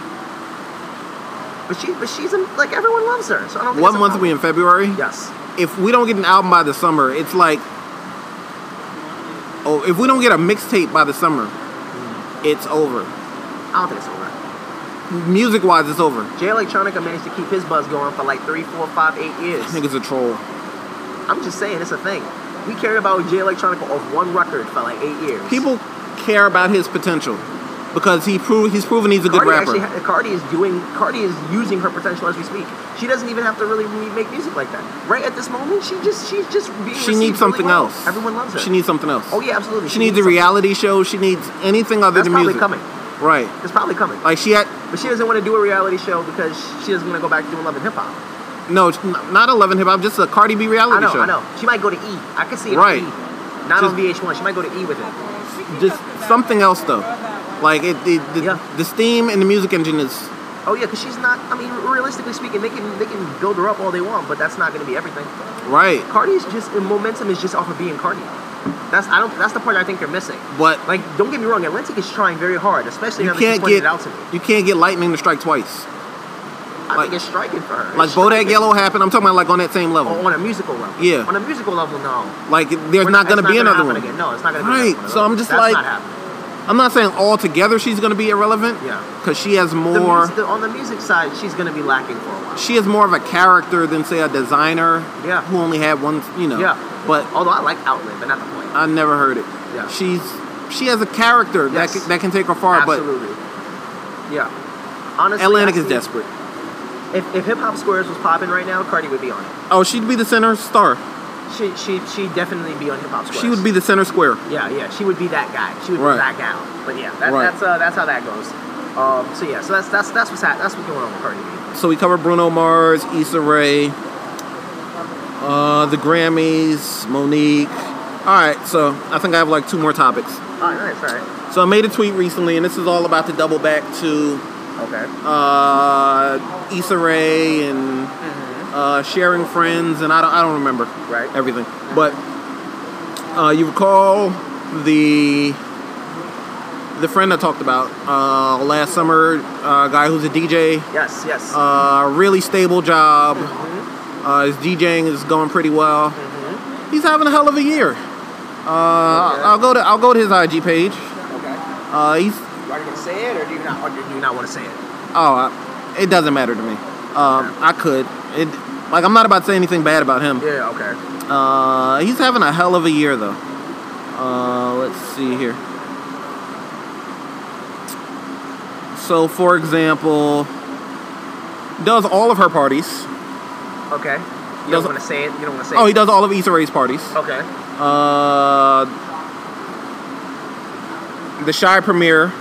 Speaker 4: But she, but she's in, like everyone loves her. So I don't. Think
Speaker 3: What
Speaker 4: it's a
Speaker 3: month are we in?
Speaker 4: problem.
Speaker 3: February.
Speaker 4: Yes.
Speaker 3: If we don't get an album by the summer, it's like. Oh, if we don't get a mixtape by the summer, it's over.
Speaker 4: I don't think it's over.
Speaker 3: Music wise, it's over.
Speaker 4: Jay Electronica managed to keep his buzz going for like three, four, five, eight years.
Speaker 3: Niggas a troll.
Speaker 4: I'm just saying, it's a thing. We cared about Jay Electronica off one record for like eight years.
Speaker 3: People care about his potential because he pro- he's proven he's a good
Speaker 4: Cardi
Speaker 3: rapper.
Speaker 4: actually, ha- Cardi is doing, Cardi is using her potential as we speak. She doesn't even have to really re- make music like that. Right at this moment, she just, she's just being.
Speaker 3: she
Speaker 4: received
Speaker 3: needs something
Speaker 4: really well.
Speaker 3: else.
Speaker 4: Everyone loves her.
Speaker 3: She needs something else.
Speaker 4: Oh yeah, absolutely.
Speaker 3: She needs a
Speaker 4: something.
Speaker 3: reality show. She needs anything other
Speaker 4: That's
Speaker 3: than
Speaker 4: probably
Speaker 3: music.
Speaker 4: coming.
Speaker 3: Right.
Speaker 4: It's probably coming.
Speaker 3: Like she had
Speaker 4: but she doesn't want to do a reality show because she doesn't want to go back to doing love and hip hop.
Speaker 3: no, n- not eleven hip hop, just a Cardi B
Speaker 4: I
Speaker 3: reality
Speaker 4: know,
Speaker 3: show.
Speaker 4: I know. She might go to E. I can see it. on
Speaker 3: Right.
Speaker 4: E. Not
Speaker 3: Just-
Speaker 4: on VH1. She might go to E with it.
Speaker 3: Just something else though. Like it, it the,
Speaker 4: Yeah.
Speaker 3: the steam and the music engine is
Speaker 4: Oh yeah, because she's not. I mean, realistically speaking, they can they can build her up all they want, but that's not going to be everything.
Speaker 3: right.
Speaker 4: Cardi's just and momentum is just off of being Cardi. That's I don't. That's the part I think they're missing.
Speaker 3: But
Speaker 4: Like, don't get me wrong, Atlantic is trying very hard, especially
Speaker 3: you
Speaker 4: now that she's
Speaker 3: can't
Speaker 4: pointed
Speaker 3: get
Speaker 4: it out to me.
Speaker 3: you can't get lightning to strike twice.
Speaker 4: I
Speaker 3: like-
Speaker 4: think it's striking for her.
Speaker 3: Like
Speaker 4: It's
Speaker 3: Bodak
Speaker 4: striking.
Speaker 3: Yellow happened. I'm talking about like on that same level.
Speaker 4: Oh, on a musical level.
Speaker 3: Yeah.
Speaker 4: On a musical level, no.
Speaker 3: Like there's
Speaker 4: We're
Speaker 3: not going
Speaker 4: it's
Speaker 3: to be
Speaker 4: gonna
Speaker 3: another
Speaker 4: happen
Speaker 3: one.
Speaker 4: Again. No, it's not going to be.
Speaker 3: Right,
Speaker 4: another one.
Speaker 3: so I'm just
Speaker 4: That's
Speaker 3: like-
Speaker 4: not happening.
Speaker 3: I'm not saying altogether she's going to be irrelevant.
Speaker 4: Yeah.
Speaker 3: Because she has
Speaker 4: The
Speaker 3: more.
Speaker 4: mus- the- on the music side, she's going to be lacking for a while.
Speaker 3: she is more of a character than say a designer.
Speaker 4: Yeah.
Speaker 3: Who only had one. You know.
Speaker 4: Yeah.
Speaker 3: But
Speaker 4: Although I like Outlet, but not the point.
Speaker 3: I never heard it.
Speaker 4: Yeah.
Speaker 3: She's she has a character that
Speaker 4: Yes.
Speaker 3: can, that can take her far.
Speaker 4: Absolutely. yeah. Honestly,
Speaker 3: But Atlantic is
Speaker 4: honestly,
Speaker 3: desperate.
Speaker 4: If, if hip hop squares was popping right now, Cardi would be on it.
Speaker 3: Oh, she'd be the center star.
Speaker 4: She she she definitely be on hip hop squares.
Speaker 3: She would be the center square.
Speaker 4: Yeah, yeah. She would be that guy. She would
Speaker 3: Right.
Speaker 4: be that gal. But yeah, that,
Speaker 3: Right.
Speaker 4: that's uh, that's how that goes. Um, so yeah, so that's that's that's what's hap- that's what's going on with Cardi B.
Speaker 3: So we covered Bruno Mars, Issa Rae, uh, the Grammys, Monique. All right, so I think I have like two more topics.
Speaker 4: All right, nice, all right.
Speaker 3: So I made a tweet recently, and this is all about the double back to
Speaker 4: Okay.
Speaker 3: uh, Issa Rae and uh, sharing friends, and I don't, I don't remember
Speaker 4: Right.
Speaker 3: everything. But uh, you recall the the friend I talked about uh, last summer, uh, guy who's a DJ,
Speaker 4: Yes, yes.
Speaker 3: uh, really stable job. Uh, his DJing is going pretty well. he's having a hell of a year. Uh, I'll go to I'll go to his IG page.
Speaker 4: Okay.
Speaker 3: Uh, he's
Speaker 4: You already gonna say it, or do you not? Or do you not want to say it?
Speaker 3: oh, I, it doesn't matter to me. Um, I could it like I'm not about to say anything bad about him.
Speaker 4: Yeah. Okay.
Speaker 3: Uh, he's having a hell of a year though. Uh, let's see here. So, for example, does all of her parties?
Speaker 4: Okay. You
Speaker 3: Does-
Speaker 4: don't want to say it. You don't want to say.
Speaker 3: Oh, he
Speaker 4: it.
Speaker 3: does all of Issa Rae's parties.
Speaker 4: Okay.
Speaker 3: Uh, the Shy premiere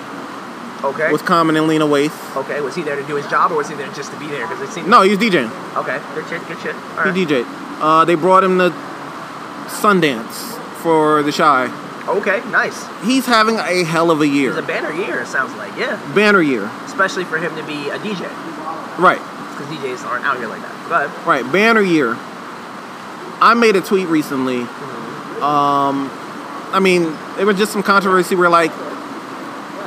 Speaker 4: Okay.
Speaker 3: was Common and Lena Waithe.
Speaker 4: okay. Was he there to do his job, or was he there just to be there? Because it seemed.
Speaker 3: No, he was DJing.
Speaker 4: Okay. Good shit. Good shit. All
Speaker 3: He
Speaker 4: right.
Speaker 3: DJed. Uh, they brought him to Sundance for the Shy.
Speaker 4: Okay. Nice.
Speaker 3: He's having a hell of a
Speaker 4: It's a
Speaker 3: year,
Speaker 4: banner year. It sounds like. Yeah.
Speaker 3: banner year.
Speaker 4: Especially for him to be a DJ,
Speaker 3: Right,
Speaker 4: because DJs aren't out here like that. But
Speaker 3: right, banner year. I made a tweet recently. Um, I mean, it was just some controversy where like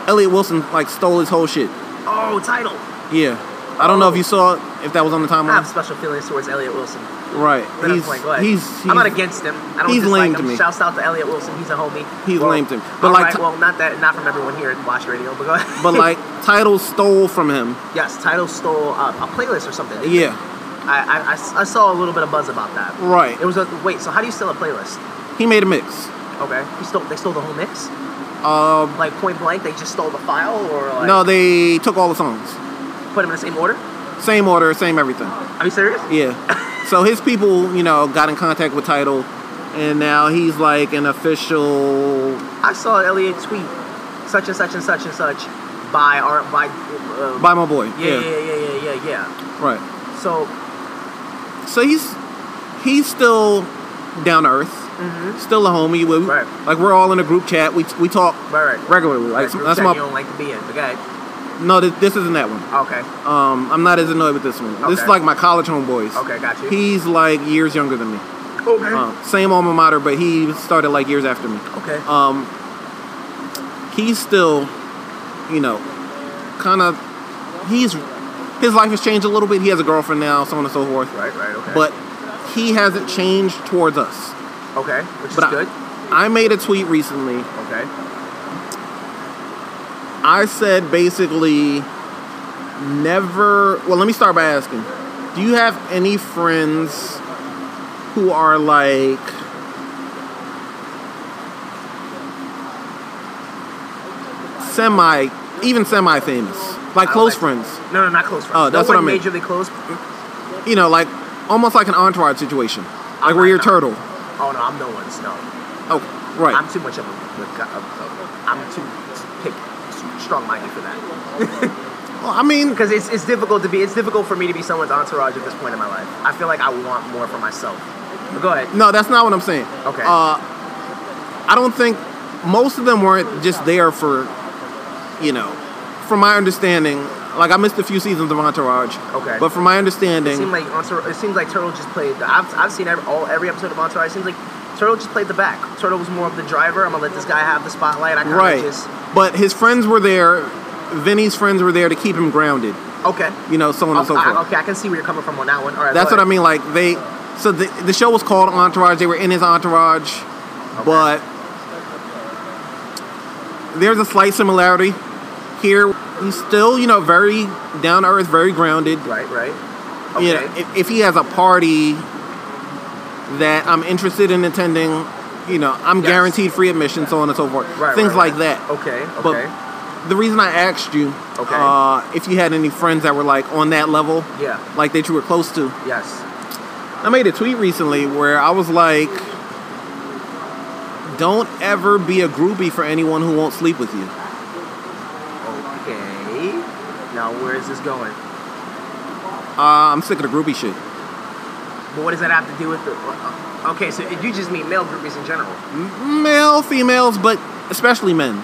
Speaker 3: Elliot Wilson like stole his whole shit.
Speaker 4: oh, title.
Speaker 3: Yeah, I don't know if you
Speaker 4: Oh.
Speaker 3: saw it, if that was on the
Speaker 4: I have
Speaker 3: timeline.
Speaker 4: special feelings towards Elliot Wilson.
Speaker 3: Right,
Speaker 4: But
Speaker 3: he's,
Speaker 4: I'm like, what?
Speaker 3: he's he's
Speaker 4: I'm not against him. I don't
Speaker 3: he's
Speaker 4: dislike
Speaker 3: lame
Speaker 4: him.
Speaker 3: to me.
Speaker 4: Shouts out to Elliot Wilson. He's a homie.
Speaker 3: He's
Speaker 4: well,
Speaker 3: lame to me. But
Speaker 4: all
Speaker 3: like
Speaker 4: right,
Speaker 3: t-
Speaker 4: well, not that, not from everyone here at Watch Radio, but go ahead.
Speaker 3: but like title stole from him.
Speaker 4: yes, title stole uh, a playlist or something.
Speaker 3: Yeah,
Speaker 4: I, I- I s- I saw a little bit of buzz about that.
Speaker 3: Right.
Speaker 4: It was a wait. So how do you steal a playlist?
Speaker 3: he made a mix.
Speaker 4: Okay. He stole. They stole the whole mix. Um. Like point blank, they just stole the file, or like
Speaker 3: No, they took all the songs,
Speaker 4: put them in the same order.
Speaker 3: same order, same everything.
Speaker 4: Are you serious?
Speaker 3: Yeah. So his people, you know, got in contact with title, and now he's like an official.
Speaker 4: I saw Elliot tweet such and such and such and such by our by. Uh,
Speaker 3: By my boy.
Speaker 4: yeah, yeah, yeah, yeah, yeah, yeah, yeah.
Speaker 3: Right.
Speaker 4: So
Speaker 3: So he's he's still down to earth. Still a homie. We,
Speaker 4: Mm-hmm. Right.
Speaker 3: Like we're all in a group chat. We we talk
Speaker 4: Right, right.
Speaker 3: regularly. Like
Speaker 4: group
Speaker 3: that's
Speaker 4: chat
Speaker 3: my
Speaker 4: you don't like to be in. But go ahead.
Speaker 3: no. This, this isn't that one.
Speaker 4: Ah, Okay.
Speaker 3: Um, I'm not as annoyed with this one. This is
Speaker 4: Okay.
Speaker 3: like my college homeboys.
Speaker 4: Okay, Hmm. got you.
Speaker 3: He's like years younger than me.
Speaker 4: Okay.
Speaker 3: Um, same alma mater, but he started like years after me.
Speaker 4: okay.
Speaker 3: Um, he's still, you know, kind of. He's his life has changed a little bit. He has a girlfriend now, so on and so forth.
Speaker 4: right, right. Okay.
Speaker 3: But he hasn't changed towards us.
Speaker 4: okay, which is
Speaker 3: But I,
Speaker 4: good.
Speaker 3: I made a tweet recently.
Speaker 4: okay.
Speaker 3: I said basically, never. Well, let me start by asking: Do you have any friends who are like? Semi, even semi famous, like
Speaker 4: I
Speaker 3: close
Speaker 4: like-
Speaker 3: friends,
Speaker 4: No, no, not close friends.
Speaker 3: Oh, that's
Speaker 4: no
Speaker 3: what
Speaker 4: one
Speaker 3: I meant.
Speaker 4: Majorly close.
Speaker 3: you know, like almost like an entourage situation, like where you're turtle.
Speaker 4: Oh no, I'm no one's. No,
Speaker 3: Oh, right.
Speaker 4: I'm too much of a. a- a- a- I'm too pick, strong-minded for that.
Speaker 3: Well, I mean,
Speaker 4: Because it's, it's difficult to be. It's difficult for me to be someone's entourage at this point in my life. I feel like I want more for myself. But go ahead.
Speaker 3: no, that's not what I'm saying.
Speaker 4: Okay.
Speaker 3: Uh, I don't think most of them weren't just there for, you know, from my understanding. Like I missed a few seasons of Entourage.
Speaker 4: Okay.
Speaker 3: But from my
Speaker 4: It seemed
Speaker 3: understanding,
Speaker 4: like Entourage, it seems like Turtle just played. The, I've, I've seen every, all every episode of Entourage. It seems like Turtle just played the back. Turtle was more of the driver. I'm gonna let this guy have the spotlight. I kind of
Speaker 3: right.
Speaker 4: just
Speaker 3: But his friends were there. Vinny's friends were there to keep him grounded.
Speaker 4: okay.
Speaker 3: You know, so on
Speaker 4: I,
Speaker 3: and so forth.
Speaker 4: I, okay, I can see where you're coming from on that one. All right,
Speaker 3: That's
Speaker 4: go
Speaker 3: what I
Speaker 4: ahead.
Speaker 3: mean. Like they, so the, the show was called Entourage. They were in his entourage, but there's a slight similarity here. He's still, you know, very down to earth, very grounded.
Speaker 4: Right, right. Okay.
Speaker 3: You know, if, if he has a party that I'm interested in attending, you know, I'm
Speaker 4: Yes.
Speaker 3: guaranteed free admission, so on and so forth.
Speaker 4: Right,
Speaker 3: Things
Speaker 4: right,
Speaker 3: like
Speaker 4: right.
Speaker 3: that.
Speaker 4: okay,
Speaker 3: But
Speaker 4: okay.
Speaker 3: the reason I asked you
Speaker 4: Okay.
Speaker 3: uh, if you had any friends that were like on that level,
Speaker 4: Yeah.
Speaker 3: like that you were close to.
Speaker 4: yes.
Speaker 3: I made a tweet recently where I was like, "Don't ever be a groupie for anyone who won't sleep with you."
Speaker 4: Okay. Now where is this going?
Speaker 3: Uh, I'm sick of the groupie shit.
Speaker 4: But what does that have to do with the? uh, Okay, so you just mean male groupies in general.
Speaker 3: Male, females, but especially men.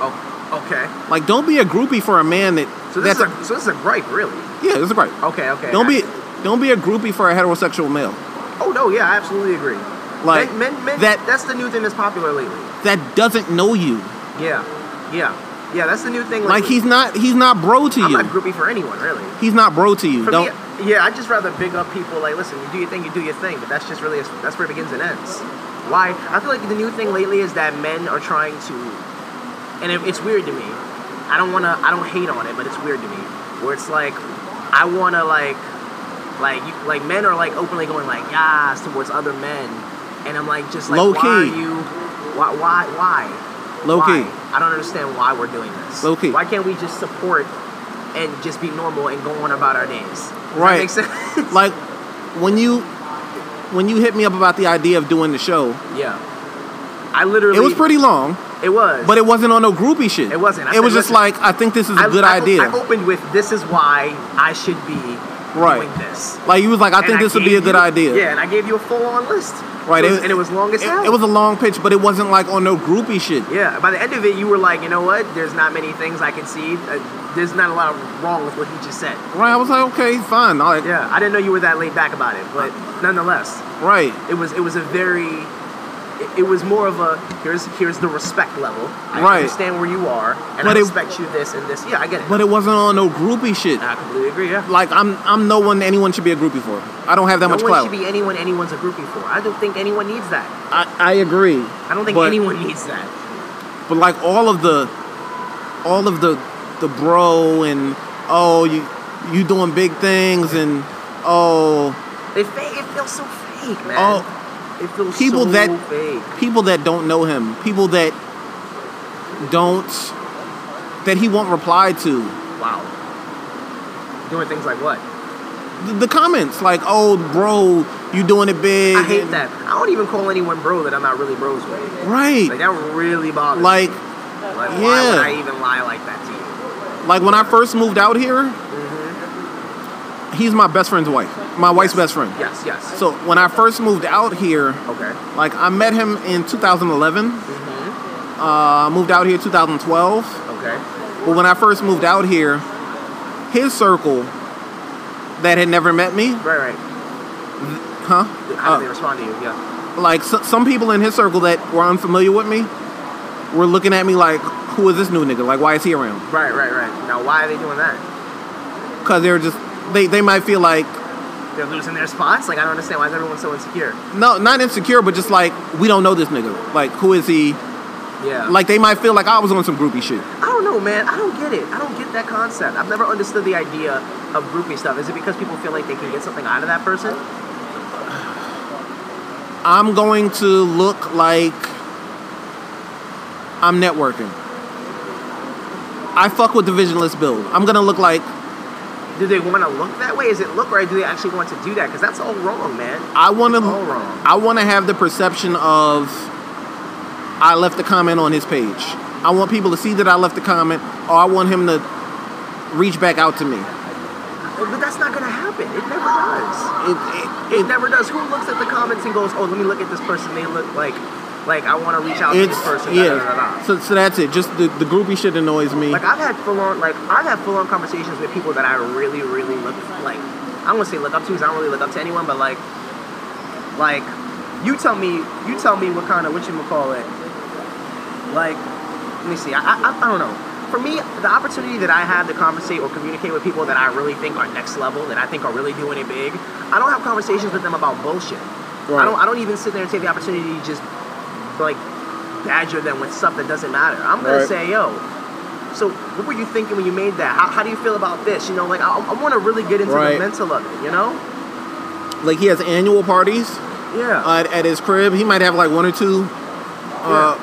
Speaker 4: Oh, okay.
Speaker 3: Like, don't be a groupie for a man that
Speaker 4: So this
Speaker 3: that's
Speaker 4: is a, so this is a gripe, really.
Speaker 3: yeah, this is right.
Speaker 4: Okay, okay.
Speaker 3: Don't be
Speaker 4: gotcha.
Speaker 3: don't be a groupie for a heterosexual male.
Speaker 4: Oh no, yeah, I absolutely agree.
Speaker 3: Like,
Speaker 4: men, men, men
Speaker 3: that-
Speaker 4: that's the new thing that's popular lately.
Speaker 3: That doesn't know you.
Speaker 4: Yeah, yeah, yeah. That's the new thing.
Speaker 3: Like
Speaker 4: lately.
Speaker 3: he's not he's not bro to
Speaker 4: I'm
Speaker 3: you.
Speaker 4: not groupie for anyone really.
Speaker 3: He's not bro to you.
Speaker 4: For
Speaker 3: Don't
Speaker 4: me, Yeah, I just rather big up people. Like, listen, you do your thing, you do your thing, but that's just really that's where it begins and ends. Why? I feel like the new thing lately is that men are trying to, and it, it's weird to me. I don't wanna, I don't hate on it, but it's weird to me. Where it's like, I wanna like, like, you, like men are like openly going like yas towards other men, and I'm like just like
Speaker 3: Low
Speaker 4: why
Speaker 3: key.
Speaker 4: are you, why why why,
Speaker 3: Low
Speaker 4: Why?
Speaker 3: key.
Speaker 4: I don't understand why we're doing this.
Speaker 3: Low key.
Speaker 4: Why can't we just support and just be normal and go on about our days? Does that
Speaker 3: Right.
Speaker 4: make sense?
Speaker 3: Like when you when you hit me up about the idea of doing the show,
Speaker 4: Yeah. I literally.
Speaker 3: it was pretty long,
Speaker 4: It was.
Speaker 3: but it wasn't on no groupy shit.
Speaker 4: It wasn't. I
Speaker 3: it was
Speaker 4: said,
Speaker 3: just
Speaker 4: listen,
Speaker 3: like I think this is a
Speaker 4: I-
Speaker 3: good
Speaker 4: I,
Speaker 3: idea.
Speaker 4: I opened with "This is why I should be
Speaker 3: Right.
Speaker 4: doing this."
Speaker 3: like you was like I
Speaker 4: And
Speaker 3: think this would be
Speaker 4: gave
Speaker 3: a good
Speaker 4: you-
Speaker 3: idea.
Speaker 4: Yeah, and I gave you a full-on list.
Speaker 3: Right.
Speaker 4: It was- and it was long as
Speaker 3: it,
Speaker 4: hell.
Speaker 3: it was a long pitch, but it wasn't like on no groupy shit.
Speaker 4: Yeah. By the end of it, you were like, you know what? There's not many things I can see. Uh, there's not a lot wrong with what he just said.
Speaker 3: Right. I was like, okay, fine. All right.
Speaker 4: Yeah. I didn't know you were that laid back about it, but nonetheless,
Speaker 3: Right.
Speaker 4: it was it was a very it- it was more of a here's here's the respect level. I
Speaker 3: Right.
Speaker 4: understand where you are, and
Speaker 3: But
Speaker 4: I
Speaker 3: it-
Speaker 4: respect you this and this. Yeah, I get it.
Speaker 3: But it wasn't on no groupy shit.
Speaker 4: I completely agree. Yeah.
Speaker 3: Like I'm I'm no one anyone should be a groupie for. I don't have that
Speaker 4: no
Speaker 3: much
Speaker 4: one
Speaker 3: clout.
Speaker 4: should be anyone anyone's a groupie for. I don't think anyone needs that.
Speaker 3: I, I agree.
Speaker 4: I don't think
Speaker 3: But-
Speaker 4: anyone needs that.
Speaker 3: But like all of the, all of the, the bro and oh you, you doing big things and oh
Speaker 4: It, fa- it feels so fake, man.
Speaker 3: oh
Speaker 4: it feels
Speaker 3: people
Speaker 4: so
Speaker 3: that-
Speaker 4: fake.
Speaker 3: people that don't know him, people that don't, that he won't reply to.
Speaker 4: Wow. Doing things like what?
Speaker 3: The, the comments like oh bro you doing it big.
Speaker 4: I hate
Speaker 3: and-
Speaker 4: that. I don't even call anyone bro that I'm not really bros with. Like
Speaker 3: Right.
Speaker 4: that really bothers.
Speaker 3: Like
Speaker 4: me. like why
Speaker 3: yeah.
Speaker 4: would I even lie like that to you?
Speaker 3: like when I first moved out here, he's my best friend's wife, my wife's best friend.
Speaker 4: Yes, yes.
Speaker 3: So when I first moved out here,
Speaker 4: okay.
Speaker 3: Like I met him in 2011.
Speaker 4: Mm-hmm.
Speaker 3: Uh, moved out here 2012.
Speaker 4: Okay.
Speaker 3: But when I first moved out here, his circle that had never met me,
Speaker 4: Right, right.
Speaker 3: huh?
Speaker 4: How do
Speaker 3: Uh,
Speaker 4: they respond to you? Yeah.
Speaker 3: like s- some people in his circle that were unfamiliar with me were looking at me like, "Who is this new nigga? Like, why is he around?"
Speaker 4: Right, right, right. Now why are they doing that?
Speaker 3: Because they're just they they might feel like
Speaker 4: They're losing their spots. Like I don't understand why is everyone so insecure.
Speaker 3: no, not insecure, but just like we don't know this nigga. Like, who is he?
Speaker 4: Yeah.
Speaker 3: Like they might feel like I was on some groupie shit.
Speaker 4: I don't know, man. I don't get it. I don't get that concept. I've never understood the idea of groupie stuff. Is it because people feel like they can get something out of that person?
Speaker 3: I'm going to look like I'm networking. I fuck with the visionless build. I'm gonna look like
Speaker 4: Do they want to look that way? Is it look or do they actually want to do that? Because that's all wrong, man.
Speaker 3: I wanna
Speaker 4: All wrong.
Speaker 3: I wanna have the perception of I left a comment on his page. I want people to see that I left a comment or I want him to reach back out to me.
Speaker 4: But that's not gonna happen. It never does.
Speaker 3: It,
Speaker 4: It
Speaker 3: it, it,
Speaker 4: never does. Who looks at the comments and goes, "Oh, let me look at this person. They look like, like I want to reach out to this
Speaker 3: it's
Speaker 4: person." Da, da, da,
Speaker 3: yeah.
Speaker 4: da.
Speaker 3: So, so that's it. Just the, the groupie shit annoys me.
Speaker 4: Like I've had full on, like I've had full on conversations with people that I really, really look like. I don't want to say look up to because I don't really look up to anyone, but like, like you tell me, you tell me what kind of what you would call it. Like, let me see. I, I, I don't know. For me, the opportunity that I have to conversate or communicate with people that I really think are next level, that I think are really doing it big, I don't have conversations with them about bullshit. I don't. I don't even sit there and take the opportunity to just like badger them with stuff that doesn't matter. I'm
Speaker 3: Right.
Speaker 4: gonna say, yo, so what were you thinking when you made that? How, how do you feel about this? You know, like I, I want to really get into
Speaker 3: Right.
Speaker 4: the mental of it. You know?
Speaker 3: Like he has annual parties.
Speaker 4: Yeah.
Speaker 3: uh, at his crib. He might have like one or two uh,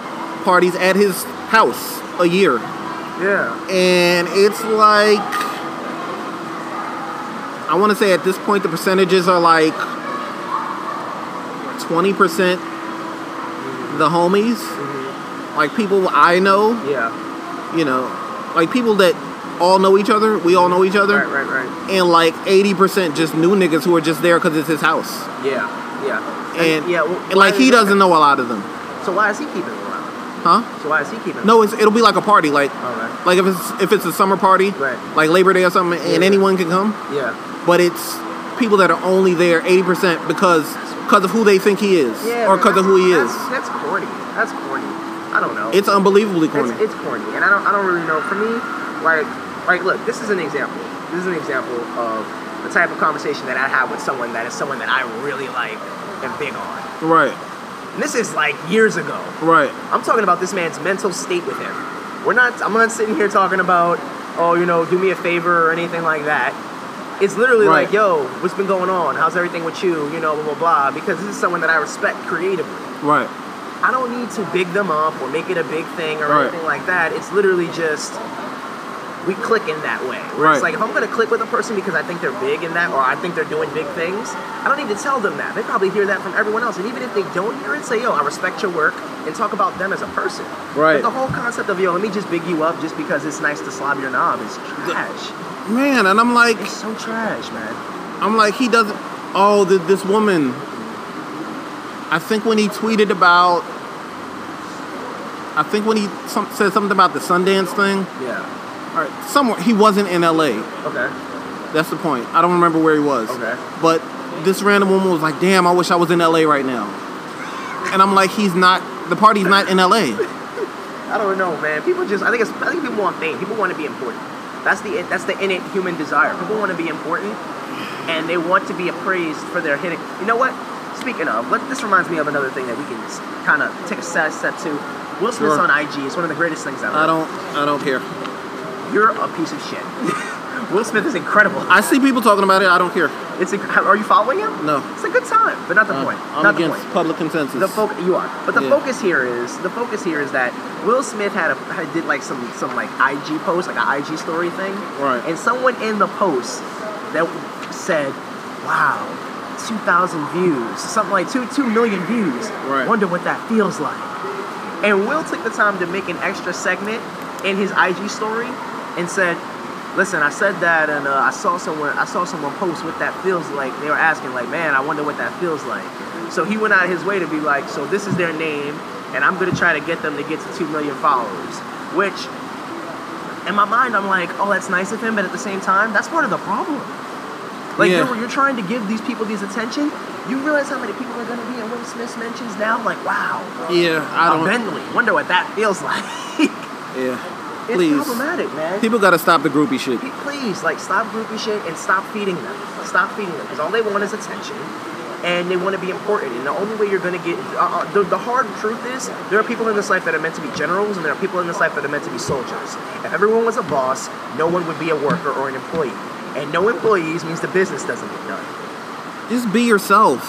Speaker 3: parties at his house a year,
Speaker 4: yeah.
Speaker 3: and it's like I want to say at this point the percentages are like twenty percent the homies,
Speaker 4: Mm-hmm.
Speaker 3: like people I know,
Speaker 4: Yeah.
Speaker 3: you know, like people that all know each other. We all know each other.
Speaker 4: Right. Right. Right.
Speaker 3: And like eighty percent just new niggas who are just there because it's his house,
Speaker 4: Yeah. Yeah.
Speaker 3: and,
Speaker 4: yeah. well,
Speaker 3: and like
Speaker 4: why
Speaker 3: he
Speaker 4: is-
Speaker 3: doesn't know a lot of them,
Speaker 4: So why is he keeping them around?
Speaker 3: huh?
Speaker 4: So why is he keeping? them
Speaker 3: No, it's, it'll be like a party, like
Speaker 4: Alright.
Speaker 3: like if it's if it's a summer party,
Speaker 4: Right.
Speaker 3: like Labor Day or something, and
Speaker 4: Yeah.
Speaker 3: anyone can come.
Speaker 4: Yeah.
Speaker 3: But it's people that are only there eighty percent because because of who they think he is
Speaker 4: Yeah.
Speaker 3: or
Speaker 4: man,
Speaker 3: because of who he is.
Speaker 4: that's- That's, that's corny. That's corny. I don't know.
Speaker 3: It's unbelievably corny.
Speaker 4: It's, it's corny, and I don't, I don't really know. For me, like, like, look, this is an example. This is an example of the type of conversation that I have with someone that is someone that I really like and big on.
Speaker 3: Right.
Speaker 4: And this is like years ago.
Speaker 3: Right.
Speaker 4: I'm talking about this man's mental state with him. We're not. I'm not sitting here talking about, oh, you know, do me a favor or anything like that. It's literally
Speaker 3: Right.
Speaker 4: like, yo, what's been going on? How's everything with you? You know, blah blah blah. Because this is someone that I respect creatively.
Speaker 3: Right.
Speaker 4: I don't need to big them up or make it a big thing or
Speaker 3: Right.
Speaker 4: anything like that. It's literally just we click in that way. Where It's
Speaker 3: Right.
Speaker 4: like if I'm gonna click with a person because I think they're big in that or I think they're doing big things, I don't need to tell them that. They probably hear that from everyone else. And even if they don't hear it, say, yo, I respect your work and talk about them as a person.
Speaker 3: Right.
Speaker 4: But the whole concept of yo, let me just big you up just because it's nice to slob your knob is trash.
Speaker 3: Man, and I'm like,
Speaker 4: It's so trash, man.
Speaker 3: I'm like, he doesn't. Oh, th- this woman. I think when he tweeted about. I think when he some, said something about the Sundance thing.
Speaker 4: Yeah.
Speaker 3: All right, somewhere he wasn't in L.A.
Speaker 4: Okay.
Speaker 3: That's the point. I don't remember where he was.
Speaker 4: Okay.
Speaker 3: But this random woman was like, "Damn, I wish I was in L.A. right now." And I'm like, he's not. The party's not in L.A.
Speaker 4: I don't know, man. People just I think it's I think people want fame. People want to be important. That's the that's the innate human desire. People want to be important, and they want to be appraised for their hitting. You know what? Speaking of, let, this reminds me of another thing that we can kind of take a side step to. Will Smith's
Speaker 3: Sure. Uh,
Speaker 4: on IG is one of the greatest things ever.
Speaker 3: I don't. I don't care.
Speaker 4: You're a piece of shit. Will Smith is incredible.
Speaker 3: I see people talking about it. I don't care.
Speaker 4: It's inc- are you following him?
Speaker 3: No.
Speaker 4: It's a good time, but not the
Speaker 3: Uh,
Speaker 4: point.
Speaker 3: I'm
Speaker 4: not the
Speaker 3: against
Speaker 4: point.
Speaker 3: public consensus.
Speaker 4: The focus you are, but the
Speaker 3: Yeah.
Speaker 4: focus here is the focus here is that Will Smith had a had, did like some some like IG post, like an IG story thing,
Speaker 3: Right.
Speaker 4: And someone in the post that said, "Wow, two thousand views, something like two two million views.
Speaker 3: Right.
Speaker 4: Wonder what that feels like." And Will took the time to make an extra segment in his IG story and said, "Listen, I said that, and uh, I saw someone, I saw someone post what that feels like. They were asking, like, man, I wonder what that feels like." So he went out of his way to be like, "So this is their name, and I'm gonna try to get them to get to two million followers," which. In my mind, I'm like, oh, that's nice of him, but at the same time, that's part of the problem. Like
Speaker 3: Yeah.
Speaker 4: you're, you're trying to give these people these attention. You realize how many people are going to be in Will Smith's mentions now. Like, wow,
Speaker 3: yeah, I
Speaker 4: a
Speaker 3: don't.
Speaker 4: Bentley. Wonder what that feels like.
Speaker 3: yeah,
Speaker 4: it's
Speaker 3: please.
Speaker 4: problematic, man.
Speaker 3: People got to stop the groupie shit.
Speaker 4: Pe- please, like, stop groupie shit and stop feeding them. Stop feeding them because all they want is attention, and they want to be important. And the only way you're gonna get uh, uh, the, the hard truth is there are people in this life that are meant to be generals, and there are people in this life that are meant to be soldiers. If everyone was a boss, no one would be a worker or an employee, and no employees means the business doesn't get done.
Speaker 3: Just be yourself.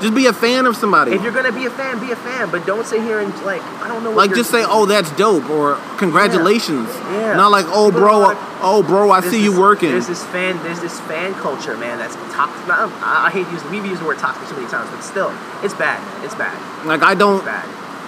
Speaker 3: Just be a fan of somebody.
Speaker 4: If you're gonna be a fan, be a fan, but don't sit here and like I don't know. What
Speaker 3: Like
Speaker 4: you're-
Speaker 3: just say, "Oh, that's dope," or "Congratulations."
Speaker 4: Yeah.
Speaker 3: Not like, "Oh,
Speaker 4: People
Speaker 3: bro,
Speaker 4: are like-
Speaker 3: oh, bro, I
Speaker 4: There's
Speaker 3: see you
Speaker 4: this-
Speaker 3: working."
Speaker 4: There's this fan. There's this fan culture, man. That's toxic. Not- I, I hate using. We've used the word toxic so many times, but still, it's bad. It's bad.
Speaker 3: like I don't,
Speaker 4: It's bad.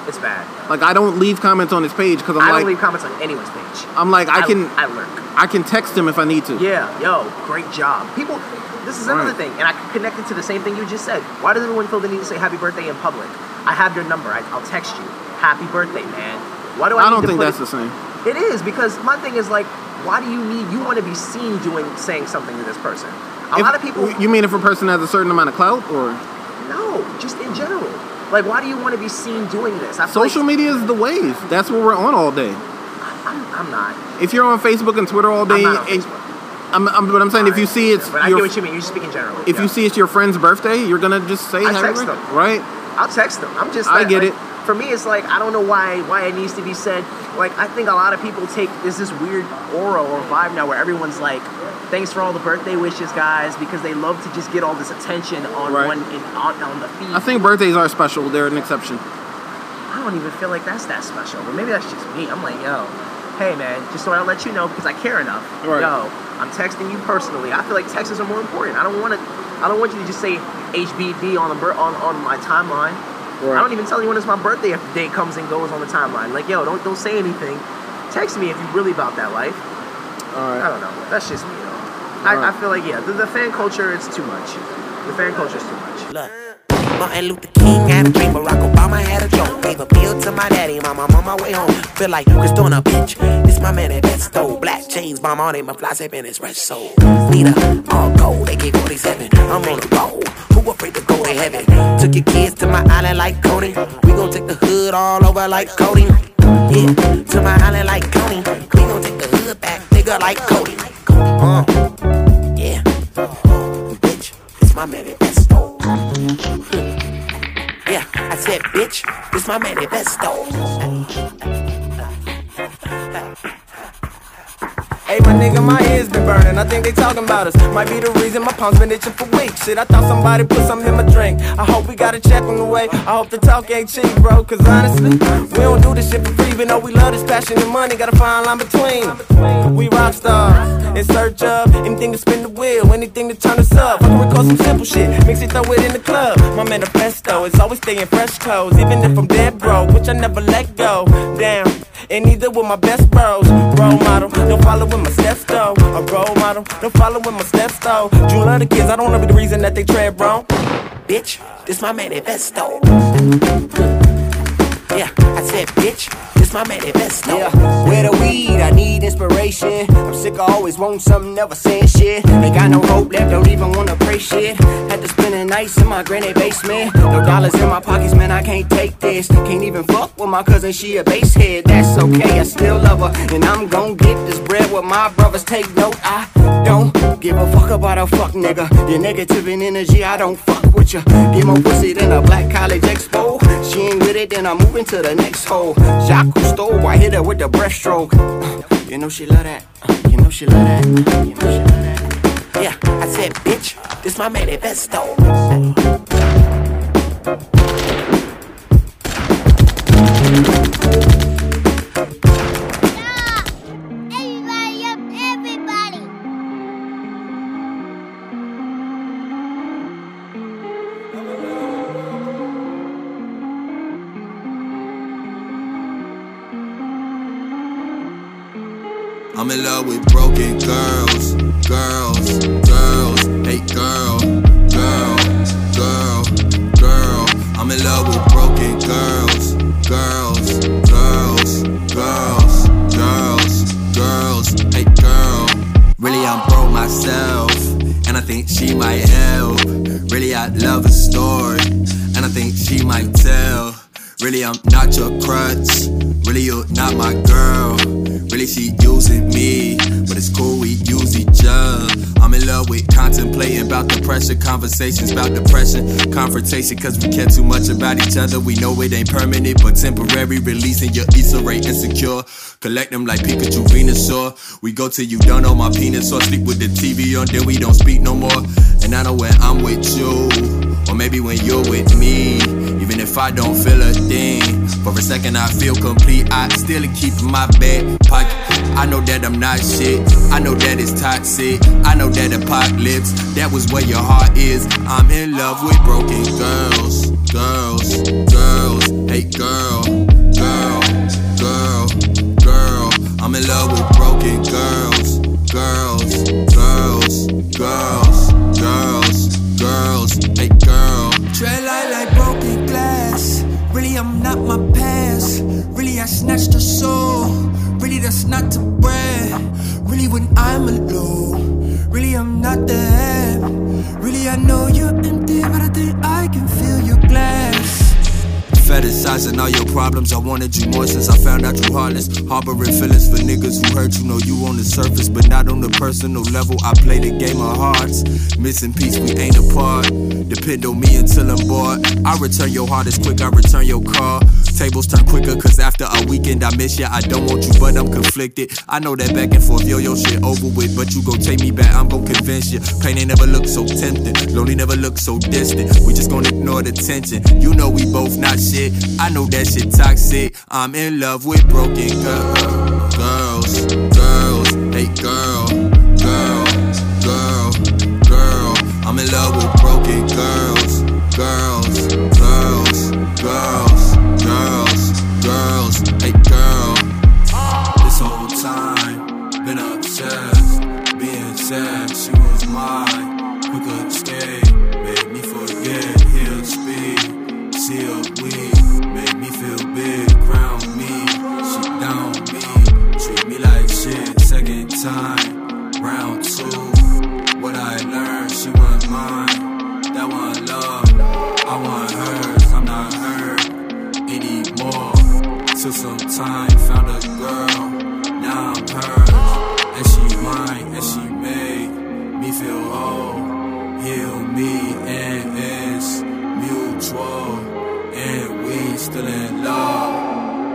Speaker 4: It's bad.
Speaker 3: like I don't leave comments on his page because I'm
Speaker 4: I
Speaker 3: like,
Speaker 4: don't leave comments on anyone's page.
Speaker 3: I'm like, I can,
Speaker 4: I lurk.
Speaker 3: I can text him if I need to.
Speaker 4: Yeah. Yo. Great job. People. This is another
Speaker 3: Right.
Speaker 4: thing, and I connect it to the same thing you just said. Why does everyone feel the need to say happy birthday in public? I have your number. I, I'll text you. Happy birthday, man. Why do I?
Speaker 3: I
Speaker 4: need
Speaker 3: don't
Speaker 4: to
Speaker 3: think
Speaker 4: put
Speaker 3: that's
Speaker 4: it-
Speaker 3: the same.
Speaker 4: It is because my thing is like, why do you need? You want to be seen doing saying something to this person. A
Speaker 3: If-
Speaker 4: lot of people.
Speaker 3: You mean if a person has a certain amount of clout, or
Speaker 4: No, just in general. Like, why do you want to be seen doing this? I feel
Speaker 3: social
Speaker 4: like,
Speaker 3: media is the wave. That's what we're on all day.
Speaker 4: I'm, I'm not.
Speaker 3: If you're on Facebook and Twitter all day,
Speaker 4: I'm not on
Speaker 3: and-
Speaker 4: Facebook.
Speaker 3: I'm, I'm, but I'm saying if you see it's
Speaker 4: But I
Speaker 3: your-
Speaker 4: get what you mean. You're speaking generally.
Speaker 3: if
Speaker 4: Yeah.
Speaker 3: you see it's your friend's birthday, you're gonna just say
Speaker 4: I
Speaker 3: happy
Speaker 4: text
Speaker 3: birthday,
Speaker 4: them.
Speaker 3: right?
Speaker 4: I'll text them. I'm just.
Speaker 3: I
Speaker 4: like-
Speaker 3: get
Speaker 4: like,
Speaker 3: it.
Speaker 4: For me, it's like I don't know why why it needs to be said. Like I think a lot of people take there's this weird aura or vibe now where everyone's like, "Thanks for all the birthday wishes, guys," because they love to just get all this attention on
Speaker 3: Right.
Speaker 4: one in, on, on the feed.
Speaker 3: I think birthdays are special. They're an exception.
Speaker 4: I don't even feel like that's that special, but maybe that's just me. I'm like, yo, hey man, just so I let you know because I care enough.
Speaker 3: Right.
Speaker 4: Yo, I'm texting you personally. I feel like texts are more important. I don't want to. I don't want you to just say HBB on the bir- on, on my timeline.
Speaker 3: Right.
Speaker 4: I don't even tell you when it's my birthday if the day comes and goes on the timeline. Like, yo, don't don't say anything. Text me if you really about that life.
Speaker 3: All
Speaker 4: I
Speaker 3: right.
Speaker 4: don't know. That's just me. Though. I,
Speaker 3: Right.
Speaker 4: I feel like yeah, the, the fan culture it's too much. The fan culture is too much.
Speaker 9: Look, Martin Luther King had a dream, Barack Obama had a joke. Gave a pill to my daddy, mama, I'm on my way home. Feel like Chris doing a bitch. This my man at best though. Black chains, mama, all they my fly zip and his red soul. Leader, all gold, they gave 47. I'm on the roll. Who afraid to go to heaven? Took your kids to my island like Cody. We gon' take the hood all over like Cody. Yeah, to my island like Cody. We gon' take the hood back, nigga, like Cody. Uh, yeah. my manifesto.
Speaker 8: Hey, my nigga, my ears been burning. I think they talking about us. Might be the reason my palms been itching for weeks. Shit, I thought somebody put something in my drink. I hope we got a check on the way. I hope the talk ain't cheap, bro. Cause honestly, we don't do this shit for free. Even though we love this passion and money, got a fine line between. We rock stars in search of anything to spin the wheel, anything to turn us up. I can recall some simple shit, mix it, throw it in the club. My manifesto is always staying fresh clothes, even if I'm dead broke, which I never let go. Damn, and neither will my best bros. Role model, don't follow with my steps though. A role model, don't follow with my steps though. You love the kids, I don't wanna be the reason that they tread wrong.
Speaker 9: Bitch, this my manifesto. Yeah, I said, bitch, this my manifesto.
Speaker 10: Yeah, where the weed, I need inspiration. I'm sick, I always want something, never saying shit. Ain't got no hope left, don't even wanna pray shit. Had to spend the nights in my granny basement. No dollars in my pockets, man, I can't take this. Can't even fuck with my cousin, she a base head. That's okay, I still love her. And I'm gon' get this bread with my brothers. Take note, I don't give a fuck about a fuck nigga. Your negative and energy, I don't fuck with ya. Get more pussy than a black college expo. She ain't with it, then I'm moving to the next hole. Jacques Cousteau, I hit her with the breaststroke. Uh, You know she love that. Uh, You know she love that. Uh, You know she love that.
Speaker 9: Yeah, I said, bitch, this my manifesto.
Speaker 11: Everybody up, everybody.
Speaker 12: I'm in love with broken girls, girls, girls, hey girl, girl, girl, girl. I'm in love with broken girls, girls, girls, girls, girls, girls, hey girl. Really, I'm broke myself, and I think she might help. Really, I love a story, and I think she might tell. Really, I'm not your crutch. Really, you're not my girl. Really, she using me, but it's cool, we use each other. I'm in love with contemplating about the pressure, conversations about depression, confrontation, cause we care too much about each other. We know it ain't permanent, but temporary, releasing your Issa Rae insecure. Collect them like Pikachu Venusaur. We go till you done on my penis, or sleep with the TV on, then we don't speak no more. And I know when I'm with you, or maybe when you're with me. Even if I don't feel a thing, for a second I feel complete. I still keep my back pocket. I know that I'm not shit. I know that it's toxic. I know that apocalypse. That was where your heart is. I'm in love with broken girls, girls, girls. Hey girl, girl, girl, girl. I'm in love with broken girls, girls, girls, girls, girls, girls. Hey girl.
Speaker 13: Tread light like broken glass. Really, I'm not my past. Really, I snatched her soul. Really, that's not to brag. Really, when I'm alone. Really, I'm not the head. Really, I know you're empty, but I think I can fill your glass.
Speaker 12: Fetishizing all your problems, I wanted you more since I found out you heartless. Harboring feelings for niggas who hurt you, know you on the surface, but not on the personal level. I play the game of hearts, missing piece, we ain't apart. Depend on me until I'm bored. I return your heart as quick, I return your call. Tables turn quicker, cause after a weekend I miss ya. I don't want you, but I'm conflicted. I know that back and forth, yo, yo, shit over with, but you gon' take me back, I'm gon' convince ya. Pain ain't never looked so tempting, lonely never looked so distant. We just gon' ignore the tension. You know we both not shit. I know that shit toxic. I'm in love with broken girls, girls, girls. Hey girl, girl, girl, girl. I'm in love with broken girls, girls, girls, girls, girls, girls. Hey girl. This whole time been obsessed, being sad. She was mine. Quick escape, make me forget. He'll speak. Seal weed, make me feel big, crown me, she down me, treat me like shit, second time, round two. What I learned, she want mine, that one love, I want hers, I'm not her anymore. Took some time, found a girl, now I'm hers, and she mine, and she made me feel whole heal me and it's mutual and we still in love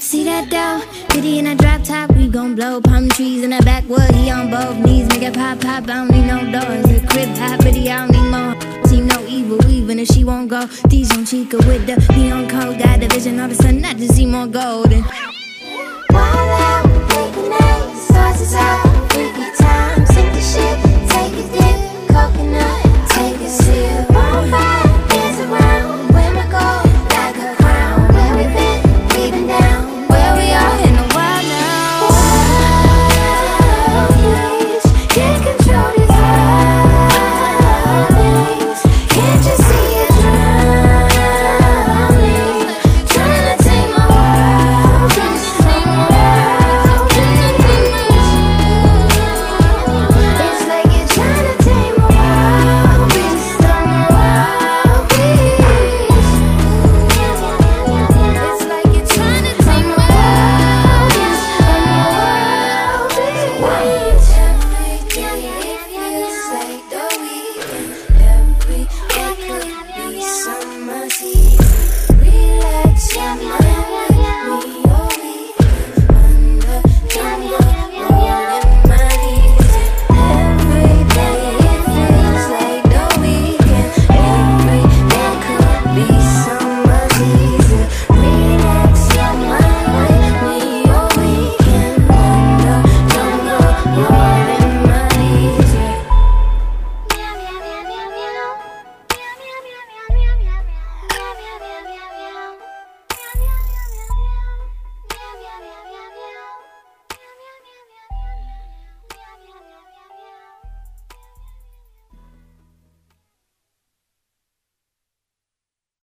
Speaker 14: stepped out. Diddy in a drop top, we gon' blow palm trees in the backwood. He on both knees, make it pop pop. I don't need no doors. The crib hot, but he I don't need more. Seem no evil, even if she won't go. Dijon Chica with the neon coat. Got a vision all of a sudden, I just see more golden.
Speaker 15: Wild out, late night, stars is out, freaky time, sick the shit.